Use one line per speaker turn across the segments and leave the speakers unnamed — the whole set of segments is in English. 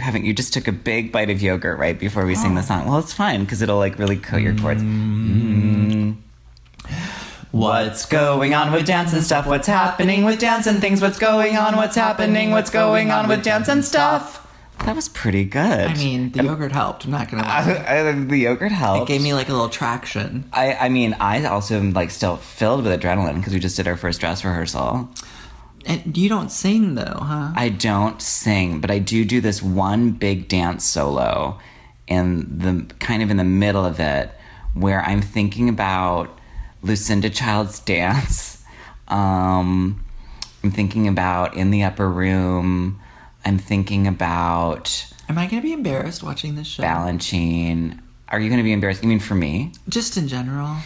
haven't oh, you? Just took a big bite of yogurt right before we
Oh.
sing the song. Well, it's fine because it'll like really coat your chords.
Mm.
What's going on with dance and stuff? What's happening with dance and things? What's going on? What's happening? What's going on with dance and stuff? That was pretty good.
I mean, the yogurt helped. I'm not gonna lie.
I, I, the yogurt helped.
It gave me like a little traction.
I, I mean, I also am like still filled with adrenaline because we just did our first dress rehearsal.
And you don't sing though, huh?
I don't sing, but I do do this one big dance solo in the kind of in the middle of it where I'm thinking about Lucinda Child's dance. Um, I'm thinking about in the upper room. I'm thinking about
Am I gonna be embarrassed watching this show?
Balanchine. Are you going to be embarrassed? You mean for me?
Just in general.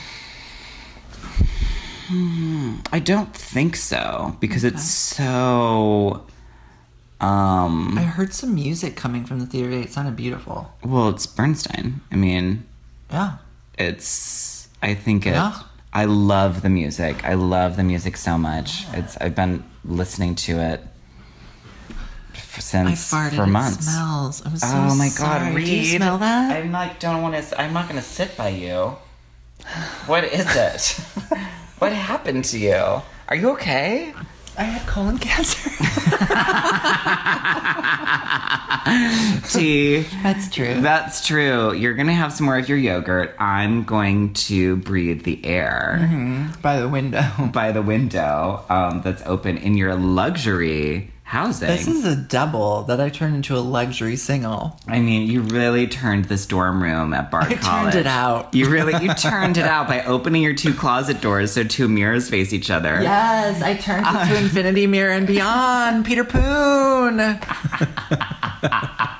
I don't think so because it's so. Um,
I heard some music coming from the theater today. It sounded beautiful.
well, it's Bernstein. I mean,
Yeah.
it's i think it
Yeah.
i love the music i love the music so much it's i've been listening to it f-
I
since
farted.
for months
It smells. I'm so
oh my
sorry.
god read
Do you smell that?
i'm like don't want to i'm not gonna sit by you what is it what happened to you are you okay
I had colon cancer.
T.
That's true.
That's true. You're gonna have some more of your yogurt. I'm going to breathe the air
By the window.
by the window um, that's open in your luxury housing.
This is a double that I turned into a luxury single.
I mean, you really turned this dorm room at Bard
I turned
College.
it out.
You really you turned it out by opening your two closet doors so two mirrors face each other.
Yes, I turned into Infinity Mirror and beyond. Peter Poon. I'm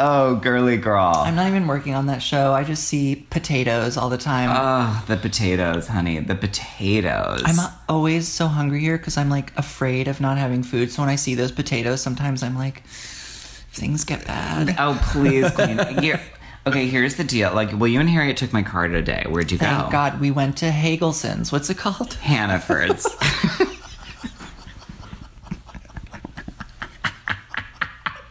Oh, girly girl.
not even working on that show. I just see potatoes all the time.
Oh, the potatoes, honey. The potatoes.
I'm always so hungry here because I'm like afraid of not having food. So when I see those potatoes, sometimes I'm like, things get bad.
oh, please clean. Here- okay, here's the deal. Like, William and Harriet took my car today. Where'd you
Thank
go?
God we went to Hagelson's. What's it called?
Hannaford's.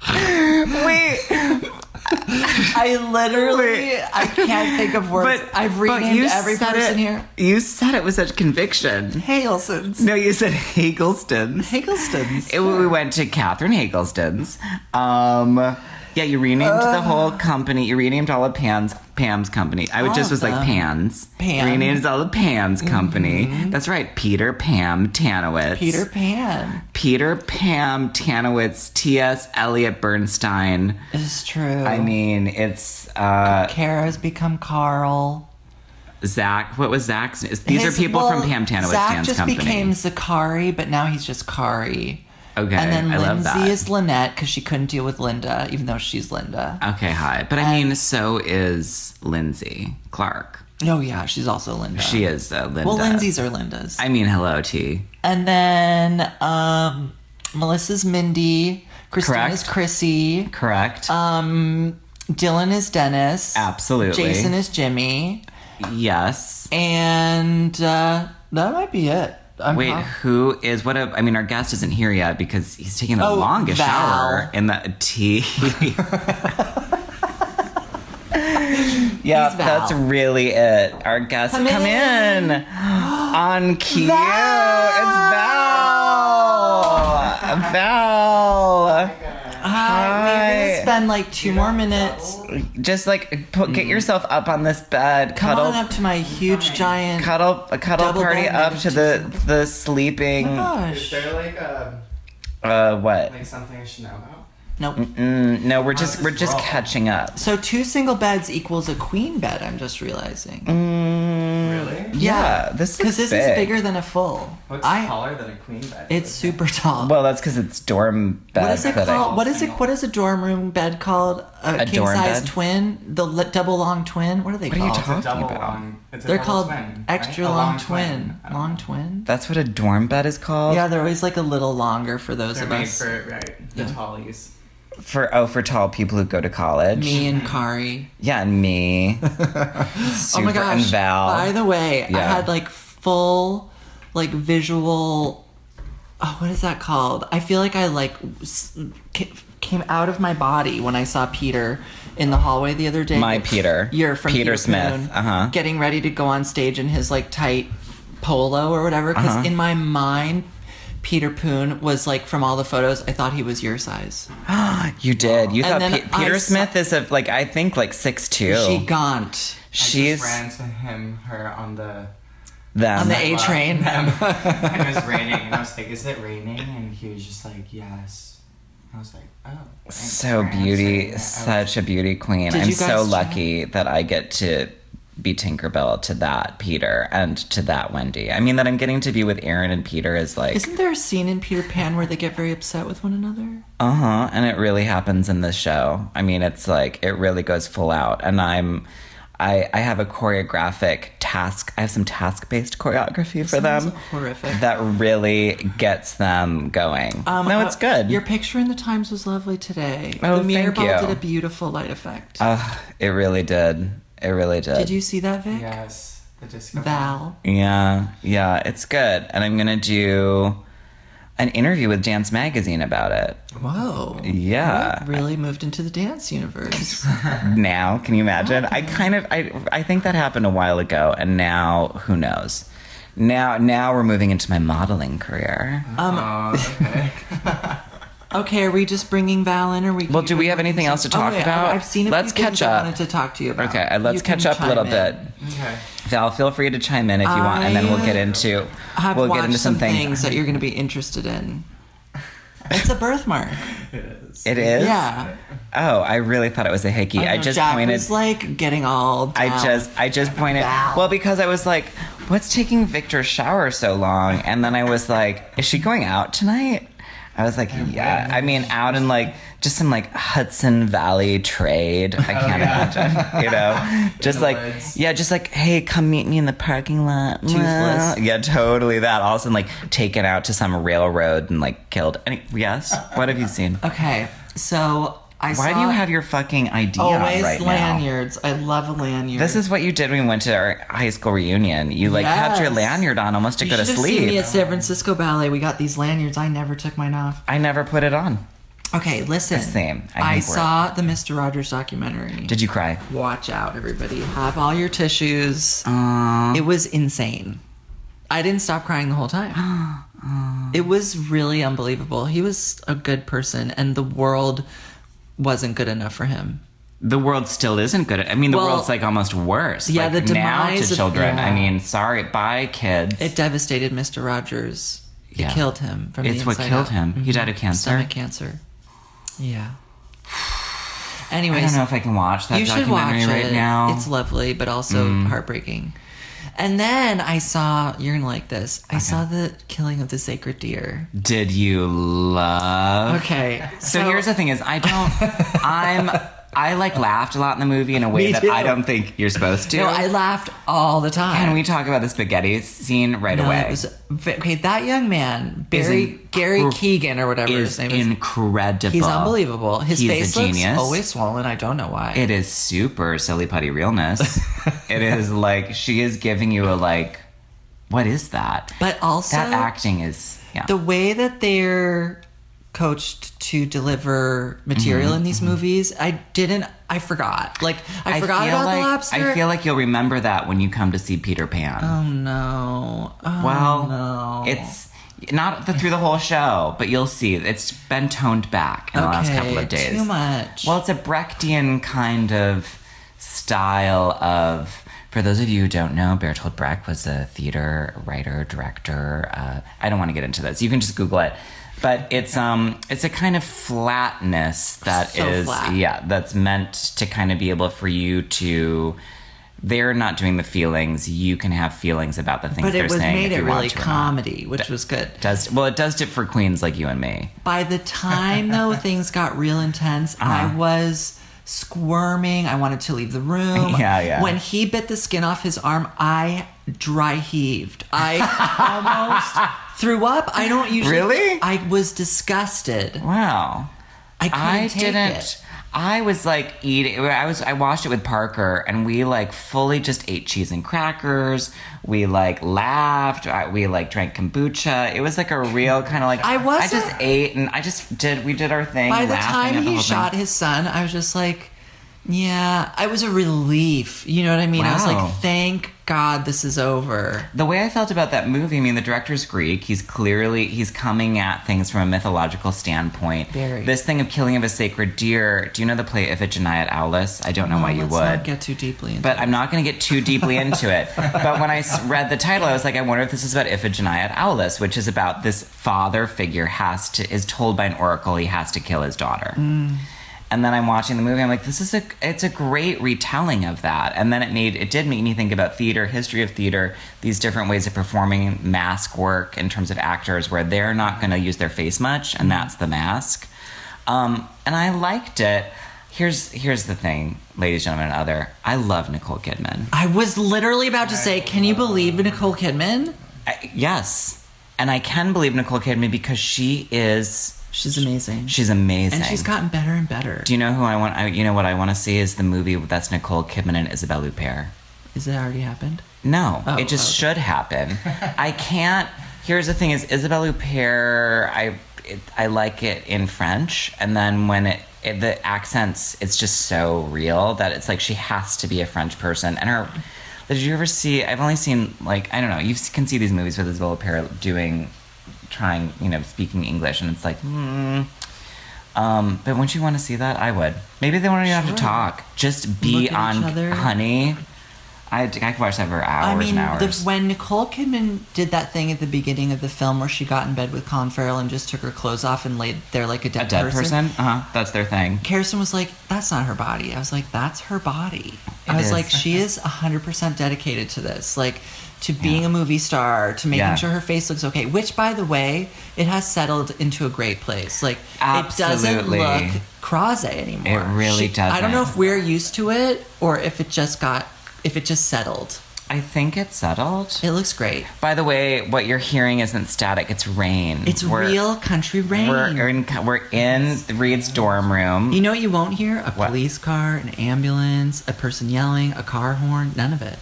Wait,
I literally, I can't think of words.
but
I've
but
renamed
you
every
said
person
it-
here.
You said it with such conviction.
Hagelson's.
No, you said Hagelston's.
Hagelston's.
It- we went to Catherine Hagelston's. Um, yeah, you renamed
Uh.
the whole company. You renamed all of Pan's Pam's company. I would
All
just
of
was like
them. Mm-hmm.
Pan's.
Pam.
You renamed all of Pan's company. That's right. Peter Pam Tanowitz.
Peter Pan.
Peter Pam Tanowitz. T.S. Eliot Bernstein.
This is true.
I mean, it's uh,
Kara's become Carl.
Zach. What was Zach's? These
His-
are people
well,
from Pam Tanowitz's
Zach
Dan's
just
company.
became Zakari, but now he's just Kari.
Okay,
and then
I love
Lindsay
that.
is Lynette because she couldn't deal with Linda, even though she's Linda.
Okay, hi. But
Uh,
I mean, so is Lindsay Clark.
Oh yeah, she's also Linda.
She is uh, Linda.
well, Lindsay's are Lindas.
I mean, hello, T.
and then um, Melissa's Mindy. Christine
Correct.
is Chrissy. um,
Correct.
Dylan is Dennis.
Absolutely.
Jason is Jimmy.
yes.
And uh, that might be it. I'm
Wait,
prob-
who is what? A, I mean, our guest isn't here yet because he's taking the
Oh,
longest
Val.
shower in the tea. yeah,
He's Val.
that's really it. Our guest, come,
Come
in.
in.
on cue. It's Val. Val.
Hi. We're
Hi.
Uh, gonna spend like two more minutes.
Just like put, get yourself up on this bed,
Mm-hmm. Come
cuddle
on up to my huge giant.
cuddle a cuddle
Double
party
bed
up to the the sleeping
Is
Gosh.
there like um
uh what
like something I should know about?
Nope.
mm, no we're just
this
we're just
roll?
catching up
So two single beds equals a queen bed. I'm just
Mm.
realizing
Really?
yeah, this
because this
is big.
is bigger than a full.
What's
I.
taller than a queen bed?
It's super tall.
well that's because it's dorm bed
What is it
footing.
called? What is it? What is a dorm room bed called? A,
A
king
dorm
size
bed?
twin, the l- double long twin. What are they
are you
called?
Oh, It's
talking-
a double
about?
long. It's a
They're
double
called
twin,
extra
right? A
long, twin.
I don't
Long
know.
twin.
that's what a dorm bed is called
Yeah, they're always like a little longer for those
They're
of
made
us.
for right the
Yeah.
tallies.
for oh for tall people who go to college
Me and Kari.
yeah and me
oh my
Super-
gosh!
and Val
By the way, I
Yeah.
had like full, like visual. Oh, what is that called? I feel like I like s- ki- came out of my body when I saw Peter in the hallway the other day.
My Peter.
You're from
Peter
Peter,
Smith,
Poon,
uh-huh.
Getting ready to go on stage in his like tight polo or whatever. Because
Uh-huh.
in my mind, Peter Poon was like from all the photos, I thought he was your size.
You did. You
And
thought
then
Pe-
I
Peter
saw-
Smith is a, like I think like six two.
Gigant.
She's
I just ran to him, her on the.
them.
On the A
Wow.
train.
and it was raining, and I was like, "Is it raining?" And he was just like, "Yes." I was like, "Oh." thanks
so
for
beauty,
answering that." I was-
such a beauty queen.
Did
I'm
you guys
so
chat?
lucky that I get to be Tinkerbell to that Peter and to that Wendy. I mean that I'm getting to be with Aaron and Peter is like
Isn't there a scene in Peter Pan where they get very upset with one another?
Uh huh. And it really happens in this show. I mean, it's like it really goes full out. And I'm, I, I have a choreographic task. I have some task based choreography for
Sounds
them.
horrific.
That really gets them going. no,
uh,
it's good.
Your picture in the Times was lovely today.
Oh,
the mirror
thank
ball
you.
did a beautiful light effect.
Ugh, it really did. It really did.
did you see that, Vic?
Yes, the disco.
Val.
Yeah, yeah, it's good. And I'm gonna do an interview with Dance Magazine about it.
Whoa.
Yeah.
You really moved into the dance universe.
now can you imagine i kind of I, I think that happened a while ago and now who knows now now we're moving into my modeling career
Oh, okay.
Um, okay, are we just bringing Val in? Or we?
Well, do we have anything else to talk
oh, wait,
about?
I, have seen. A
Let's
few
catch
things I
up.
wanted to talk to you about.
okay uh, let's
You can
catch up a
chime
little
in.
bit
okay.
val feel free to chime in if you want and then we'll
I
get into
I've
we'll
watched
get into some, things,
that you're going to be interested in. It's a birthmark.
It is.
it is
yeah.
oh i really thought it was a hickey i,
know,
just
Jack
pointed
was like getting all.
I
down.
just I just pointed
Wow.
well because I was like, what's taking Victor's shower so long? And then I was like, is she going out tonight? I was
Oh
like, yeah. I mean, out in like just some like Hudson Valley trade.
Oh,
I can't imagine, you know, just
the
like
woods.
yeah, just like hey, come meet me in the parking lot.
Toothless.
Yeah, totally that. All of a sudden, like taken out to some railroad and like killed. Any, yes, what have you seen?
Okay, so I
Why
saw
do you have your fucking idea on
always
right now?
lanyards? I love a lanyard.
This is what you did when we went to our high school reunion. You like had your
Yes.
lanyard on almost to
you
go to
should have seen me
sleep.
at San Francisco Ballet. We got these lanyards. I never took mine off.
I never put it on.
Okay, listen.
same. I
I,
think we're-
saw the Mr. Rogers documentary.
Did you cry?
Watch out, everybody. Have all your tissues.
Uh,
It was insane. I didn't stop crying the whole time. it was really unbelievable. He was a good person, and the world wasn't good enough for him.
the world still isn't good. I mean, the
Well,
world's like almost worse.
yeah,
like,
the
now
demise
to
of-
children. I
yeah.
mean, sorry, bye, kids.
It devastated Mr. Rogers. It
Yeah.
killed him from
it's
the
what
inside
killed
out. Mm-hmm.
him. He died of cancer.
Stomach cancer. Yeah.
I
Anyways,
don't know if I can watch that
you should
documentary
watch
right
it.
now. Mm-hmm.
It's lovely, but also heartbreaking. And then I saw you're gonna like this. I saw the killing of the sacred deer.
Did you love?
Okay,
So, here's the thing: is I don't. I'm. I like laughed a lot in the movie in a way
Me
that
too.
I don't think you're supposed to.
No, I laughed all the time.
Can we talk about the spaghetti scene right
No,
away?
it was okay. That young man, Barry
inc-
Gary Keegan or whatever his
is
name is,
incredible.
he's unbelievable. His
He's a
face looks
genius.
always swollen. I don't know why.
It is super silly putty realness. it is like she is giving you a like, what is that?
but also
that acting is yeah.
the way that they're coached to deliver material
Mm-hmm,
in these movies, I didn't. I forgot. Like I, forgot
feel
about
like,
the lobster.
I feel like you'll remember that when you come to see Peter Pan.
oh no. Oh,
well,
no.
it's not the, through the whole show, but you'll see it's been toned back in the last couple of days.
Too much.
Well, it's a Brechtian kind of style of. For those of you who don't know, Bertolt Brecht was a theater writer, director. Uh, I don't want to get into this. You can just Google it. But it's um it's a kind of flatness that
So
is
flat.
yeah that's meant to kind of be able for you to they're not doing the feelings you can have feelings about the things
but
they're
it was
saying
made
if
it
you want
really
to or not.
comedy, which was good.
Does well it does it for queens like you and me.
By the time though things got real intense, I
Uh-huh.
was squirming. I wanted to leave the room.
Yeah, yeah.
When he bit the skin off his arm, I dry heaved. I almost threw up. I don't usually.
Really?
I was disgusted.
Wow.
I couldn't
I
take
didn't.
it.
I was like eating. I was. I watched it with Parker, and we like fully just ate cheese and crackers. We like laughed. I, we like drank kombucha. It was like a real kind of like.
I
I
wasn't-
just ate, and I just did. We did our thing.
By the
laughing
time
at the
he
whole thing.
shot his son, I was just like, yeah, I was a relief. You know what I mean? I was
Wow.
like, thank God this is over.
the way I felt about that movie, I mean, the director's Greek. He's clearly he's coming at things from a mythological standpoint.
Very.
This thing of killing of a sacred deer. Do you know the play Iphigenia at Aulis? I don't know why you
Let's
would.
not get too deeply into
but I'm not going to get too deeply into it. But when I s- read the title, I was like, I wonder if this is about Iphigenia at Aulis, which is about this father figure has to is told by an oracle he has to kill his daughter. And then I'm watching the movie. I'm like, this is a it's a great retelling of that. And then it made it did make me think about theater, history of theater, these different ways of performing mask work in terms of actors, where they're not going to use their face much, and that's the mask. Um, and I liked it. Here's here's the thing, ladies, gentlemen, and other. I love Nicole Kidman.
I was literally about to say, can you believe Nicole Kidman?
I, yes, and I can believe Nicole Kidman because she is
She's amazing.
she's amazing.
and she's gotten better and better.
Do you know who I want? I, you know what I want to see is the movie that's Nicole Kidman and Isabelle Huppert.
Is it already happened?
No,
Oh,
it just
okay.
should happen. I can't. Here's the thing: is Isabelle Huppert. I it, I like it in French, and then when it, it the accents, it's just so real that it's like she has to be a French person. And her, did you ever see? I've only seen like I don't know. You can see these movies with Isabelle Huppert doing, trying you know speaking English, and it's like. hmm. Um, but wouldn't you want to see that? I would. Maybe they won't even have
Sure.
to talk. Just be
Look at
on
each other.
honey. I, I could watch that for hours
I mean,
and
the,
hours.
when Nicole Kidman did that thing at the beginning of the film where she got in bed with Colin Farrell and just took her clothes off and laid there like a
a
dead,
dead person, uh huh. That's their thing.
Kirsten was like, "That's not her body." I was like, "That's her body." I
It
was
is.
like, "She is hundred percent dedicated to this, like to being
Yeah.
a movie star, to making
Yeah.
sure her face looks okay." Which, by the way, it has settled into a great place. Like
Absolutely.
it doesn't look crase anymore.
It really
I don't know
doesn't.
if we're used to it or if it just got if it just settled.
I think it's settled.
It looks great.
By the way, what you're hearing isn't static; it's rain.
It's
We're-
real country rain.
We're in we're in Reed's dorm room.
you know what you won't hear? A
What?
police car, an ambulance, a person yelling, a car horn, none of it.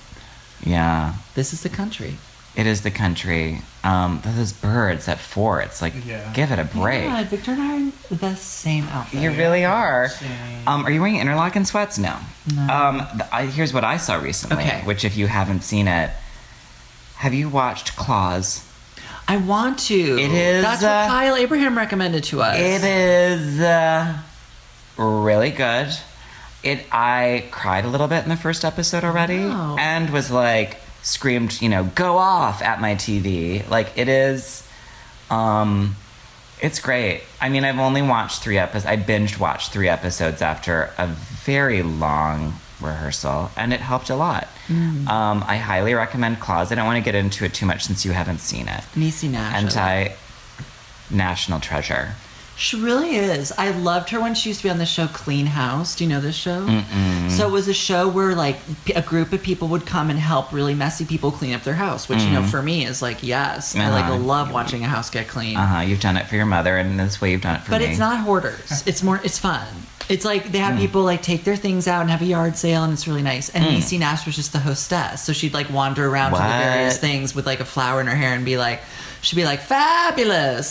yeah,
This is the country.
it is the country. Um, those birds at four. It's like,
Yeah.
give it a break.
Yeah, Victor and I are in the same outfit.
You really are.
Shame.
Um, are you wearing interlocking sweats? No.
No.
Um, th- I, here's what I saw recently,
Okay.
which if you haven't seen it, have you watched Claws?
I want to.
It is,
That's what
uh,
Kyle Abraham recommended to us.
It is uh, really good. It. I cried a little bit in the first episode already,
Wow.
and was like screamed, you know, go off at my TV. Like it is. Um, it's great. I mean, I've only watched three episodes. I binged watched three episodes after a very long rehearsal, and it helped a lot. Um, I highly recommend Claws. I don't want to get into it too much since you haven't seen it.
Niecy Nash. I love.
Anti national treasure.
She really is. I loved her when she used to be on the show Clean House. Do you know this show? So it was a show where like p- a group of people would come and help really messy people clean up their house, which you know for me is like yes, I
Mm-hmm. Uh-huh.
like love watching a house get clean.
Uh huh. You've done it for your mother, and this way you've done it for
But
me.
it's not hoarders. It's more. It's fun. It's like they
Hmm.
have people like take their things out and have a yard sale, and it's really nice. And Niecy Nash was just the hostess, so she'd like wander around to the various
What?
things with like a flower in her hair and be like, she'd be like, fabulous.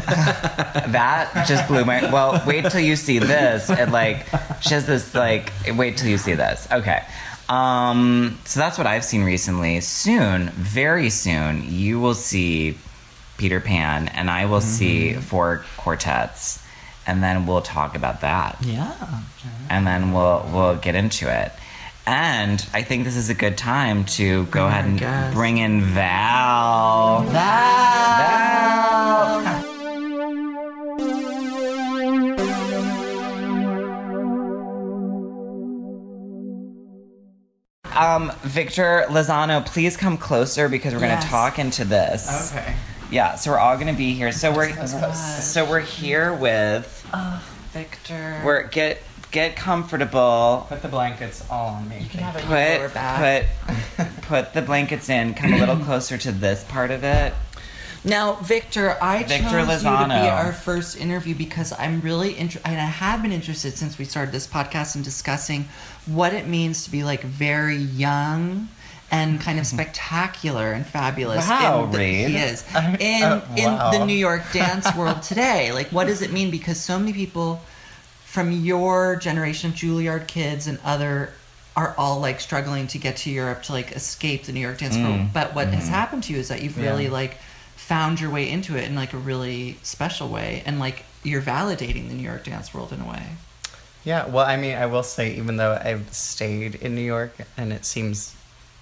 That just blew my. Well, wait till you see this. And like, she has this like. Wait till you see this. Okay. Um. So that's what I've seen recently. Soon, very soon, you will see Peter Pan, and I will see
Mm-hmm.
four quartets, and then we'll talk about that.
yeah.
and then we'll we'll get into it. And I think this is a good time to
Oh
go ahead and
guest.
bring in Val. Val. Um, Victor Lozano, please come closer because we're going
Yes.
to talk into this.
Okay.
Yeah, so we're all going to be here. So we're so we're here with
Oh, Victor.
We're get get comfortable.
Put the blankets all on me.
can have a lower
Put
back.
put put the blankets in. Come a little closer to this part of it.
Now, Victor, I
Victor
chose you to be
Lozano.
our first interview because I'm really interested, and I have been interested since we started this podcast in discussing what it means to be like very young and kind of spectacular and fabulous.
Mm-hmm. Wow,
in the,
Reed.
He is
I-
in
uh, wow.
in the New York dance world today. Like, what does it mean? Because so many people from your generation of Juilliard kids and other are all like struggling to get to Europe to like escape the New York dance
Mm.
world. But what
Mm-hmm.
has happened to you is that you've
Yeah.
really like found your way into it in like a really special way and like you're validating the New York dance world in a way.
Yeah, well, I mean, I will say, even though I've stayed in New York and it seems,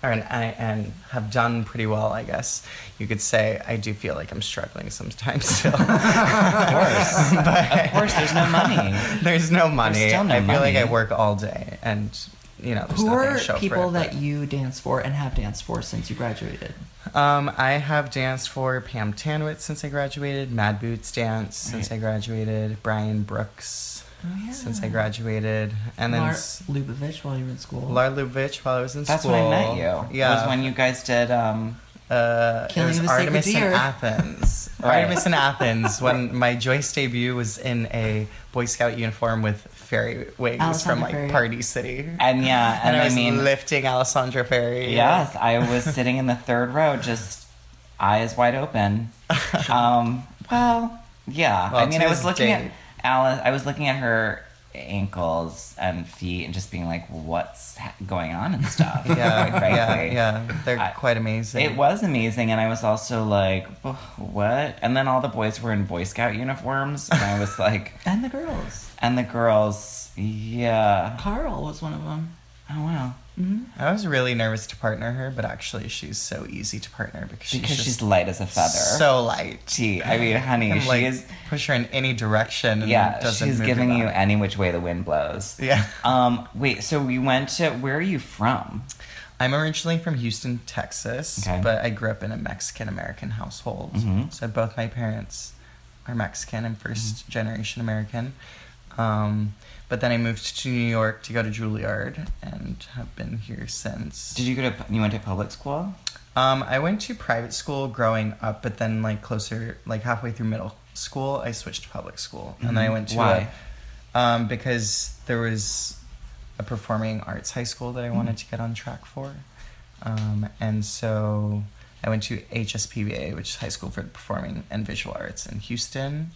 or, and, I, and have done pretty well, I guess you could say, I do feel like I'm struggling sometimes still.
Of course.
but
of course, there's no money.
there's no money.
still no
I feel like I
money.
work all day and, you know, there's
Who
nothing
are
to show
people
for it,
that you dance for and have danced for since you graduated?
but- Um, I have danced for Pam Tanwitz since I graduated, Mad Boots Dance since I graduated, Brian Brooks
Oh, yeah.
since I graduated, and then
Lar-
s-
Lubavitch while you were in school.
Lar Lubitsch while I was in
That's
school.
when I met you.
Yeah.
was when you guys did. Um,
uh,
Killing
it
of a Sacred
was Artemis in
Deer.
Athens.
Right.
Artemis in Athens when my Joyce debut was in a Boy Scout uniform with fairy wigs
Alessandra
from like
Ferry.
Party City.
and yeah, and,
And I
I,
was
mean,
lifting Alessandra Ferry.
yes, I was sitting in the third row, just eyes wide open. Um, well, yeah.
Well,
I mean,
to
I was
this
looking
day-
at Alice. I was looking at her ankles and feet, and just being like, "What's ha- going on and stuff?"
Yeah,
quite frankly.
yeah, yeah. They're
I-
quite amazing.
It was amazing, and I was also like, "Ugh, "What?" And then all the boys were in Boy Scout uniforms, and I was like,
and the girls.
"And the girls, yeah,
Carl was one of them.
oh wow,
I was really nervous to partner her, but actually, she's so easy to partner because,
because
she's,
she's
just
light as a feather."
so light.
she, I mean, honey,
You can,
she
like,
is.
push her in any direction. And
Yeah,
doesn't
she's
move
giving
about.
you any which way the wind blows.
Yeah.
Um. Wait. So we went to. Where are you from?
I'm originally from Houston, Texas,
Okay. Mm-hmm.
but I grew up in a Mexican American household. So both my parents are Mexican and 1st
Mm-hmm.
generation American. Um, but then I moved to New York to go to Juilliard and have been here since.
Did you go to? You went to public school.
Um, I went to private school growing up, but then like closer, like halfway through middle school, I switched to public school, and then I went to
Mm-hmm. Why?
A, um, because there was a performing arts high school that I wanted
Mm-hmm.
to get on track for, um, and so I went to HSPBA, which is High School for the Performing and Visual Arts in Houston,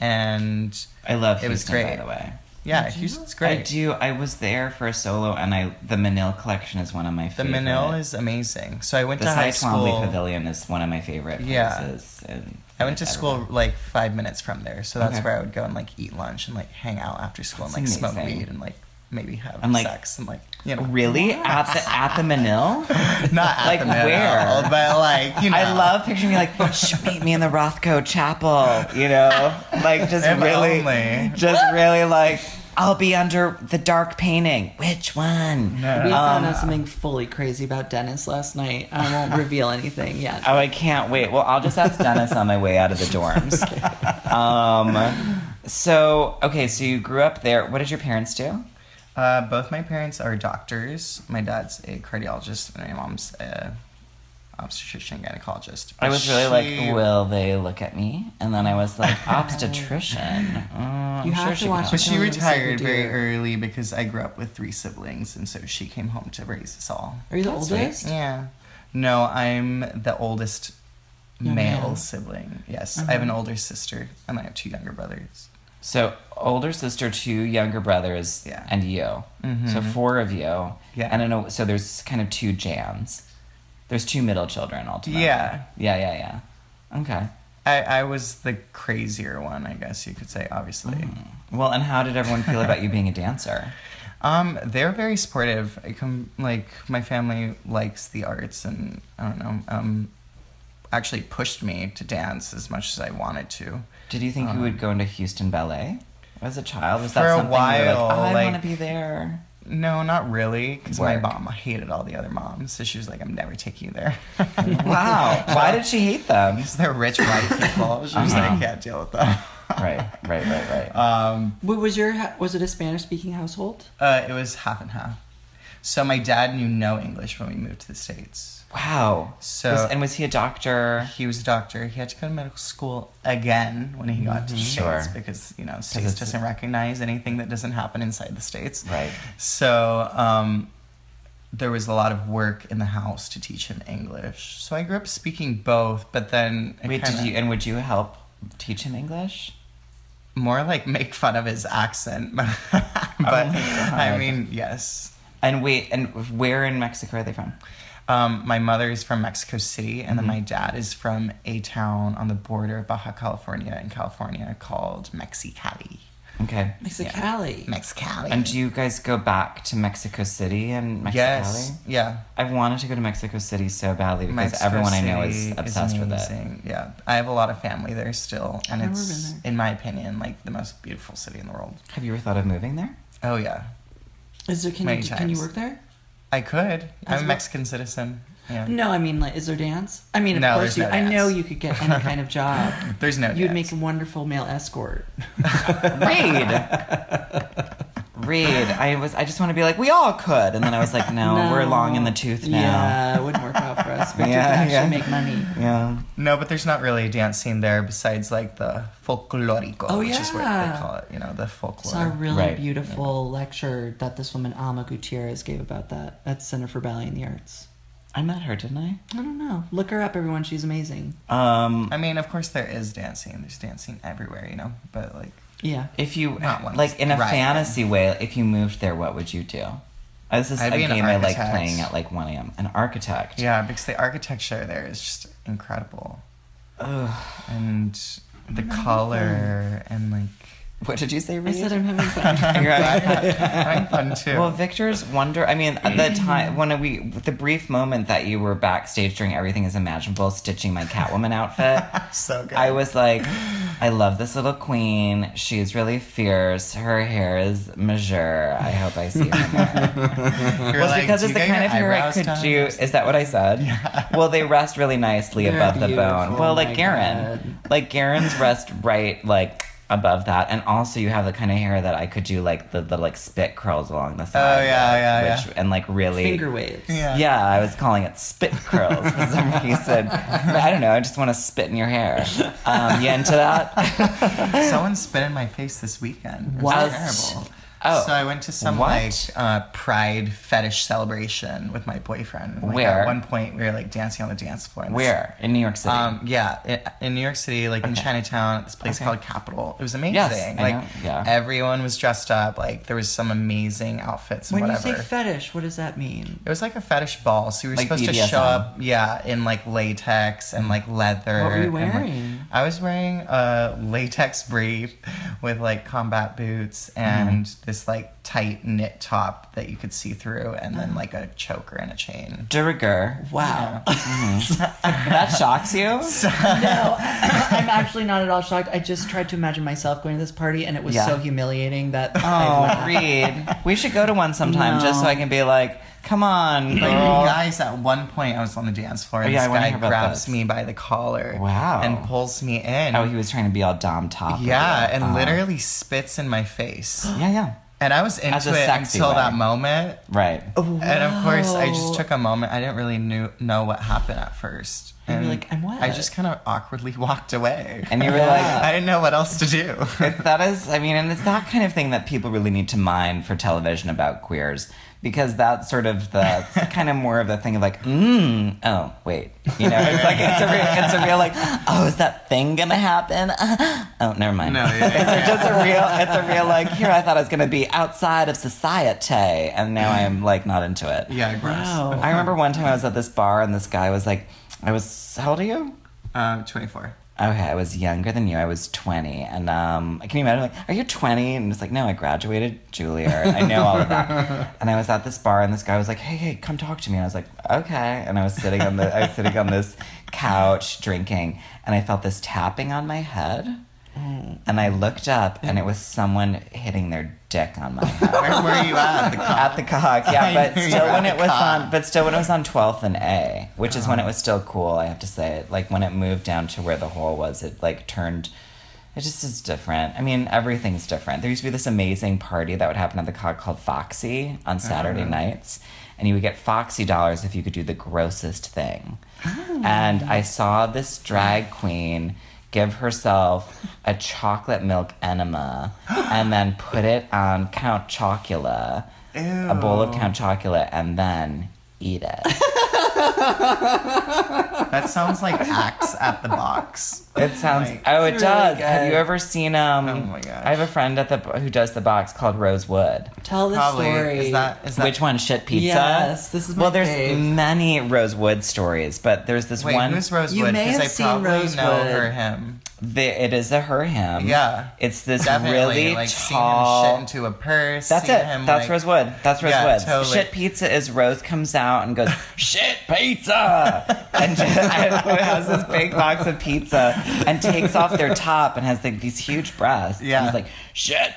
and
I love.
It was
Houston,
great.
By the way.
yeah,
Did you?
Houston's great.
I do. I was there for a solo, and I the Manil collection is one of my
The
favorite.
Manil is amazing. So I went
the
to high
Cy Twombly
school.
Pavilion is one of my favorite
Yeah.
places. in-
I went to
Edinburgh.
school like five minutes from there, so that's
Okay.
where I would go and like eat lunch and like hang out after school and like
That's
smoke
amazing.
weed and like maybe have
And, like-
sex and like you know
Really? At the at the Manil?
not at
Like,
the middle,
where?
but like you know
I love picturing me like, "Shh, meet me in the Rothko Chapel, you know? Like just
If
really
only.
just really like I'll be under the dark painting. Which one? Um,
We found
Um,
out something fully crazy about Dennis last night. I won't reveal anything yet.
Oh, I can't wait. Well, I'll just ask Dennis on my way out of the dorms. Um, so okay, so you grew up there. What did your parents do?
Uh, both my parents are doctors. My dad's a cardiologist and my mom's a obstetrician gynecologist.
I
But
was really
she-
like, will they look at me? And then I was like, obstetrician. Uh,
You
I'm
have
sure
to
she could
watch
help.
But she
Oh, that's so
retired
good.
very early because I grew up with three siblings, and so she came home to raise us all.
Are you the
That's
oldest?
Yeah. No, I'm the oldest
You're
male
male.
sibling. Yes, I
Uh-huh.
have an older sister, and I have two younger brothers.
So older sister, two younger brothers,
Yeah. Mm-hmm.
and you. So four of you.
Yeah.
And an, o- so there's kind of two Jans. There's two middle children ultimately.
Yeah.
Yeah, yeah, yeah. Okay.
I, I was the crazier one, I guess you could say, obviously.
Hmm. Well, and how did everyone feel about you being a dancer?
Um, they're very supportive. I come like my family likes the arts, and I don't know. Um, actually pushed me to dance as much as I wanted to.
Did you think you would go into Houston Ballet as a child? Was
Um. For
that
a
something you were like,
while,
I
like-
want to be there?
No, not really, because my
Work.
mom hated all the other moms, so she was like, "I'm never taking you there."
Wow. Why did she hate them?
They're rich white people. She was like, "I can't deal with them."
Uh-huh. Right, right, right, right.
Um,
Wa- Was your ha- was it a Spanish speaking household?
uh, it was half and half. So my dad knew no English when we moved to the states.
Wow.
So-
Was- and was he a doctor?
He was a doctor. He had to go to medical school again when he got to the
Mm-hmm. Sure.
States because, you know, States
it's-
doesn't recognize anything that doesn't happen inside the States.
Right.
So um, there was a lot of work in the house to teach him English. So I grew up speaking both, but then it
Wait, did
kinda-
you and would you help teach him English?
more like make fun of his accent. but
Oh,
I mean, yes.
And wait, and where in Mexico are they from?
Um, my mother is from Mexico City,
Mm-hmm.
and then my dad is from a town on the border of Baja California in California called Mexicali.
Okay.
Mexicali.
Mexicali.
And do you guys go back to Mexico City and Mexicali?
yes, yeah.
I've wanted to go to Mexico City so badly because everyone I know is obsessed with it.
it. Yeah, I have a lot of family there still, and
I've never
it's,
been
in my opinion, like the most beautiful city in the world.
Have you ever thought of moving there?
Oh yeah,
Is there can
Many
you can you
times.
work there?
I could.
As
I'm a
well-
Mexican citizen. Yeah.
No, I mean like is there dance? I mean of
No,
course
there's
you
no
I
dance.
know you could get any kind of job.
There's no.
You'd
dance.
make a wonderful male escort.
Read. Read. I was I just want to be like, we all could. And then I was like, no, we're long in the tooth now.
Yeah, it wouldn't work out for us. But
Yeah,
you could actually
yeah.
make money.
Yeah.
No, but there's not really a dance scene there besides like the folklorico,
Oh,
which is what
yeah.
they call it, you know, the
Saw a
folklore.
really
Right.
beautiful lecture that this woman Alma Gutierrez gave about that at Center for Ballet and the Arts.
I met her, didn't
I don't know. Look her up, everyone. She's amazing.
I? Um
I mean, of course there is dancing. There's dancing everywhere, you know, but like
Yeah.
If you
Not one
like in a
right.
fantasy way, if you moved there, what would you do? Uh, This is
I'd
a
be an
game I like
architect.
playing at like one a.m. An architect.
yeah, because the architecture there is just incredible.
Ugh.
And the color and like
What did you say,
I
Reed?
said I'm having fun.
I'm having fun too.
well, Victor's wonder. I mean, at the
Mm-hmm.
time when we, the brief moment that you were backstage during Everything Is Imaginable, stitching my Catwoman outfit,
so good.
I was like, I love this little queen. She's really fierce. Her hair is mature. I hope I see her. more."
You're
Well, it's
like,
because
"Do
it's
you
the
get your
kind of hair I
eyebrows
could
done?"
do. Is that what I said? Yeah. Well, they rest really nicely
They're
above the bone.
beautiful,
Well,
my
like Garen,
God.
like Garen's rest right like above that, and also you have the kind of hair that I could do like the, the like spit curls along the side.
Oh, yeah, yeah,
which, And like really
Finger waves.
Yeah.
Yeah, I was calling it spit curls for some reason. I don't know. I just want to spit in your hair. Um, you into that?
Someone spit in my face this weekend. It was
What?
terrible.
Oh.
So I went to some
What?
like uh, pride fetish celebration with my boyfriend. Like,
Where?
At one point, we were like dancing on the dance floor. And this-
Where in New York City?
Um, yeah, in, in New York City, like in Chinatown, at this place
Okay.
called Capitol. It was amazing.
Yes, I
like
know, yeah.
everyone was dressed up. Like there was some amazing outfits and
When
whatever.
you say fetish, what does that mean?
it was like a fetish ball, so you were
Like
supposed to
BDSM.
show up, yeah, in like latex and like leather.
What were you
and, like-
wearing?
I was wearing a latex brief with like combat boots and
Mm-hmm.
this like tight knit top that you could see through, and then like a choker and a chain.
De rigueur.
Wow.
Mm-hmm. That shocks you?
no, I'm actually not at all shocked. I just tried to imagine myself going to this party, and it was
Yeah.
so humiliating that.
Oh,
I would-
Reed. We should go to one sometime just so
No.
I can be like, come on,
Like,
girl.
guys, at one point I was on the dance floor, and
Oh, yeah, I
this
wanna
guy
hear about
grabs
this.
me by the collar,
Wow.
and pulls me in.
Oh, he was trying to be all Dom top.
yeah,
about it.
and
Uh,
literally spits in my face.
Yeah, yeah.
And I was
As
into
a
it
sexy
until
way.
that moment.
Right.
Oh,
And of course, I
Wow.
just took a moment. I didn't really knew, know what happened at first.
You were
And
like, "I'm what?"
I just kind of awkwardly walked away.
And you were
I didn't know what else to do.
like, that is, I mean, and it's that kind of thing that people really need to mind for television about queers because that's sort of the it's kind of more of the thing of like, mm, oh, wait. You know, it's like, it's a real, it's a real like, oh, is that thing going to happen? oh, never mind.
No, yeah, yeah.
It's just a real. It's a real like. Here, I thought I was going to be outside of society, and now I'm like not into it.
yeah, gross.
Wow.
I remember one time I was at this bar, and this guy was like, "I was how old are you?"
Um, 24.
Okay, I was younger than you. I was 20. And um, can you imagine, like, are you 20? And it's like, no, I graduated Juilliard. I know all of that. and I was at this bar, and this guy was like, hey, hey, come talk to me. And I was like, okay. And I was sitting on the, I was sitting on this couch drinking, and I felt this tapping on my head.
Mm.
And I looked up, and it was someone hitting their dick on my head
Where were you at? The co-
at the cock, yeah.
I
But
knew you
still,
were
when
at
it
the
was
cock.
on, Um, but still, when it was on Twelfth and A, which is when it was still cool. I have to say it. Like when it moved down to where the hole was, it like turned. It just is different. I mean, everything's different. There used to be this amazing party that would happen at the cock called Foxy on Saturday nights. and you would get Foxy dollars if you could do the grossest thing. And I saw this drag queen give herself a chocolate milk enema and then put it on Count Chocula, a bowl of Oh. Count Chocula, and then eat it.
That sounds like Axe at the Box.
It sounds.
Like,
oh, it
it's really
does. Have you
good.
ever seen? Um,
Oh my gosh.
I have a friend at the who does the box called Rose Wood.
Tell the
Probably
story.
is that is that
Which one? Shit pizza.
Yes, this is my
well. There's
fave.
many Rosewood stories, but there's this
wait
one.
who's Rosewood?
You may
'Cause
have
I
seen
probably know
Rosewood.
her him.
the, it is a her him.
Yeah.
It's this
Definitely
really
like seeing him
tall.
shit into a purse.
that's
seeing
it.
Him,
That's
like,
Rosewood. That's
Yeah,
Rosewood.
totally.
Shit pizza is Rose comes out and goes shit pizza, and just, I don't know, has this big box of pizza and takes off their top and has like these huge breasts.
Yeah.
and is like shit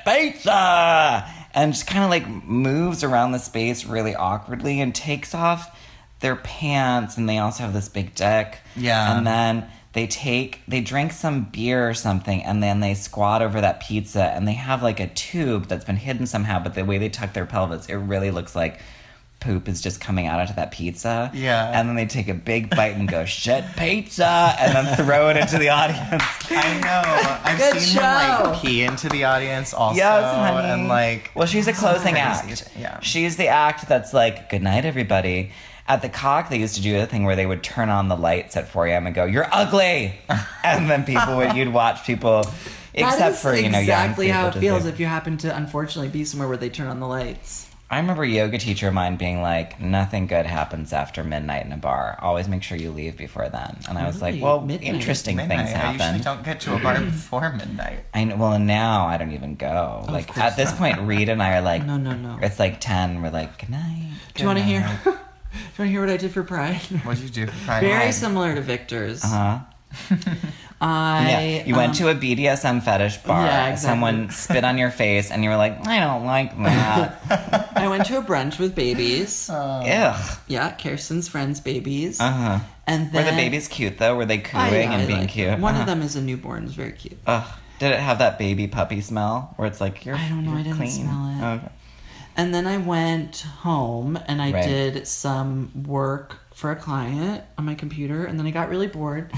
pizza, and just kind of like moves around the space really awkwardly and takes off their pants, and they also have this big dick.
Yeah.
and then. They take, they drink some beer or something, and then they squat over that pizza, and they have like a tube that's been hidden somehow. But the way they tuck their pelvis, it really looks like poop is just coming out of that pizza.
Yeah.
And then they take a big bite and go, shit, pizza, and then throw it into the audience.
I know. I've
Good
seen
show.
him like pee into the audience also,
yes, honey.
and like
well, she's a closing
crazy.
act.
Yeah.
She's the act that's like, good night, everybody. At the cock, they used to do the thing where they would turn on the lights at 4 a.m. and go, you're ugly. and then people would, you'd watch people, except
that is
for, you know,
exactly
young people
how it
just
feels
like-
if you happen to unfortunately be somewhere where they turn on the lights.
I remember a yoga teacher of mine being like, nothing good happens after midnight in a bar. Always make sure you leave before then. And I was like,
Really?
well,
Midnight?
interesting
midnight.
things
I
happen.
usually don't get to a bar before midnight.
I know, well now I don't even go. like
course
at this point, Reed and I are like,
No, no, no.
It's like ten. We're like, good night.
Do you want to
good
hear?
night."
do you want to hear what I did for Pride?
What'd you do for Pride?
Very similar to Victor's.
Huh?
I
Uh-huh.
um,
yeah, you went to a BDSM fetish bar.
Yeah, exactly.
Someone spit on your face, and you were like, I don't like that.
I went to a brunch with babies.
Uh,
Ugh.
yeah, Kirsten's friends' babies.
Uh huh.
and
Were
then
the babies cute though? Were they cooing
I- yeah, I
and being
like
cute?
them. One
Uh-huh.
of them is a newborn. It's very cute.
Ugh. Did it have that baby puppy smell where it's like you're?
I don't know,
you're
I didn't
clean.
smell it.
Okay.
And then I went home and I
Right.
did some work for a client on my computer. And then I got really bored.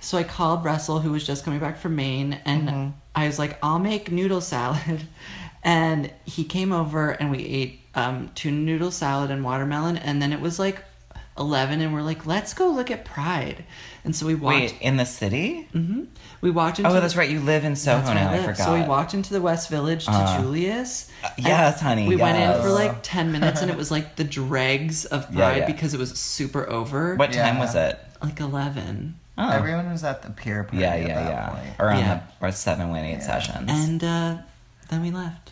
So I called Russell, who was just coming back from Maine. And
Mm-hmm.
I was like, I'll make noodle salad. And he came over and we ate um, tuna noodle salad and watermelon. And then it was like 11 and we're like, let's go look at Pride. And so we walked.
Wait, in the city?
We walked into
Oh,
the-
that's right. You live in Soho
That's where
now. Oh, I,
live.
forgot. Uh,
So we walked into the West Village to Julius. and
yes, honey,
We went in for
yes.
like ten minutes, and it was like the dregs of Pride
Yeah, yeah.
because it was super over.
What time
Yeah.
was it?
Like eleven,
Oh.
Everyone was at the pier party.
Yeah,
at
yeah,
that
yeah.
point.
Or on
Yeah.
the or seven one eight sessions.
and uh, then we left.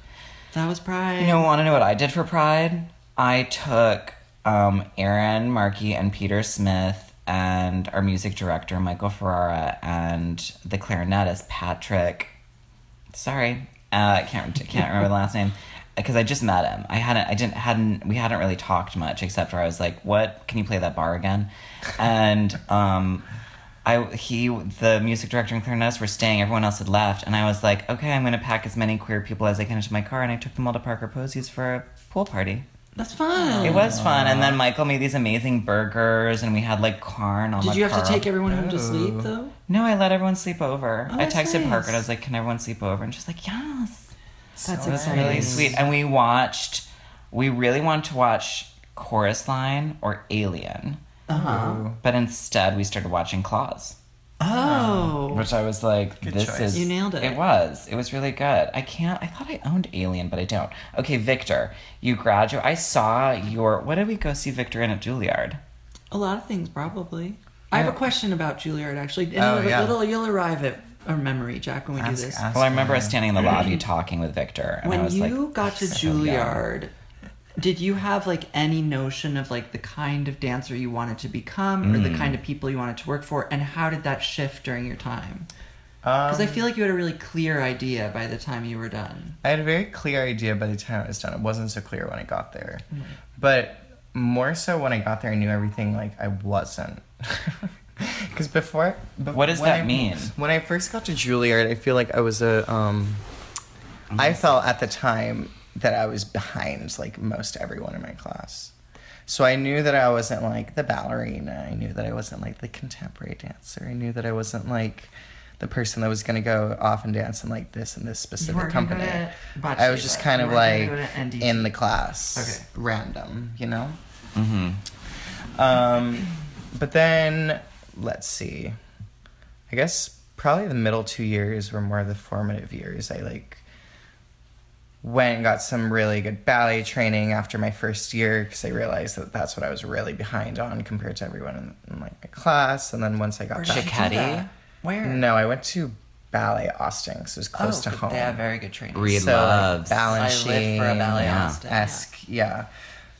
That was Pride.
you know, want to know what I did for Pride? I took um, Aaron Markey and Peter Smith and our music director Michael Ferrara and the clarinetist Patrick. Sorry, uh, can't can't remember the last name because I just met him. I hadn't, I didn't, hadn't, we hadn't really talked much except for I was like, "What? Can you play that bar again?" And um, I he the music director and clarinetist were staying. Everyone else had left, and I was like, "Okay, I'm going to pack as many queer people as I can into my car." And I took them all to Parker Posey's for a pool party.
that's fun.
It was fun, and then Michael made these amazing burgers, and we had like corn. on
Did
the
you have to
carb-
take everyone home to sleep
Oh.
though?
No, I let everyone sleep over.
Oh,
I
that's
texted
nice.
Parker, and I was like, "Can everyone sleep over?" And she's like, "Yes."
That's
Oh,
It was
exciting.
really sweet. And we watched, we really wanted to watch Chorus Line or Alien,
Uh-huh.
Ooh.
but instead we started watching Claws,
Oh,
which I was like,
Good
this
choice.
is.
You nailed it.
It was. It was really good. I can't, I thought I owned Alien, but I don't. Okay, Victor, you graduate. I saw your, what did we go see Victor in at Juilliard?
a lot of things probably. I have a question about Juilliard actually. And
Oh,
it'll,
yeah.
it'll- you'll arrive at a memory, Jack, when we
Ask-
do this.
ask
Well, I remember
her.
us standing in the lobby talking with Victor, and I
when
was like,
you got to
so young.
Juilliard, did you have like any notion of like the kind of dancer you wanted to become or the kind of people you wanted to work for, and how did that shift during your time? Because I
Um,
feel like you had a really clear idea by the time you were done.
I had a very clear idea by the time it was done. It wasn't so clear when I got there.
Mm-hmm.
But more so when I got there, I knew everything like I wasn't. Because before, bef-
What does
when
that
I-
mean?
When I first got to Juilliard, I feel like I was a. Um,
Mm-hmm.
I felt at the time that I was behind like most everyone in my class. So I knew that I wasn't like the ballerina. I knew that I wasn't like the contemporary dancer. I knew that I wasn't like the person that was going to go off and dance in like this and this
You
specific
weren't gonna go
company.
to bocce,
I was just
but
kind
you
of
were gonna
like
go to NDT.
in the class,
Okay.
random, you know.
Mm-hmm.
Um, but then let's see. I guess probably the middle two years were more the formative years. I like went and got some really good ballet training after my first year because I realized that that's what I was really behind on compared to everyone in, in like my class. And then once I got
Where did you do
back,
Chiquetti?
that? Where?
no, I went to ballet Austin because it was close
oh,
to
but
home.
They have very good training.
Re- Reed
like,
loves-
balance
I live for a
sheet,
ballet
yeah.
Austin, yeah.
esque, yeah.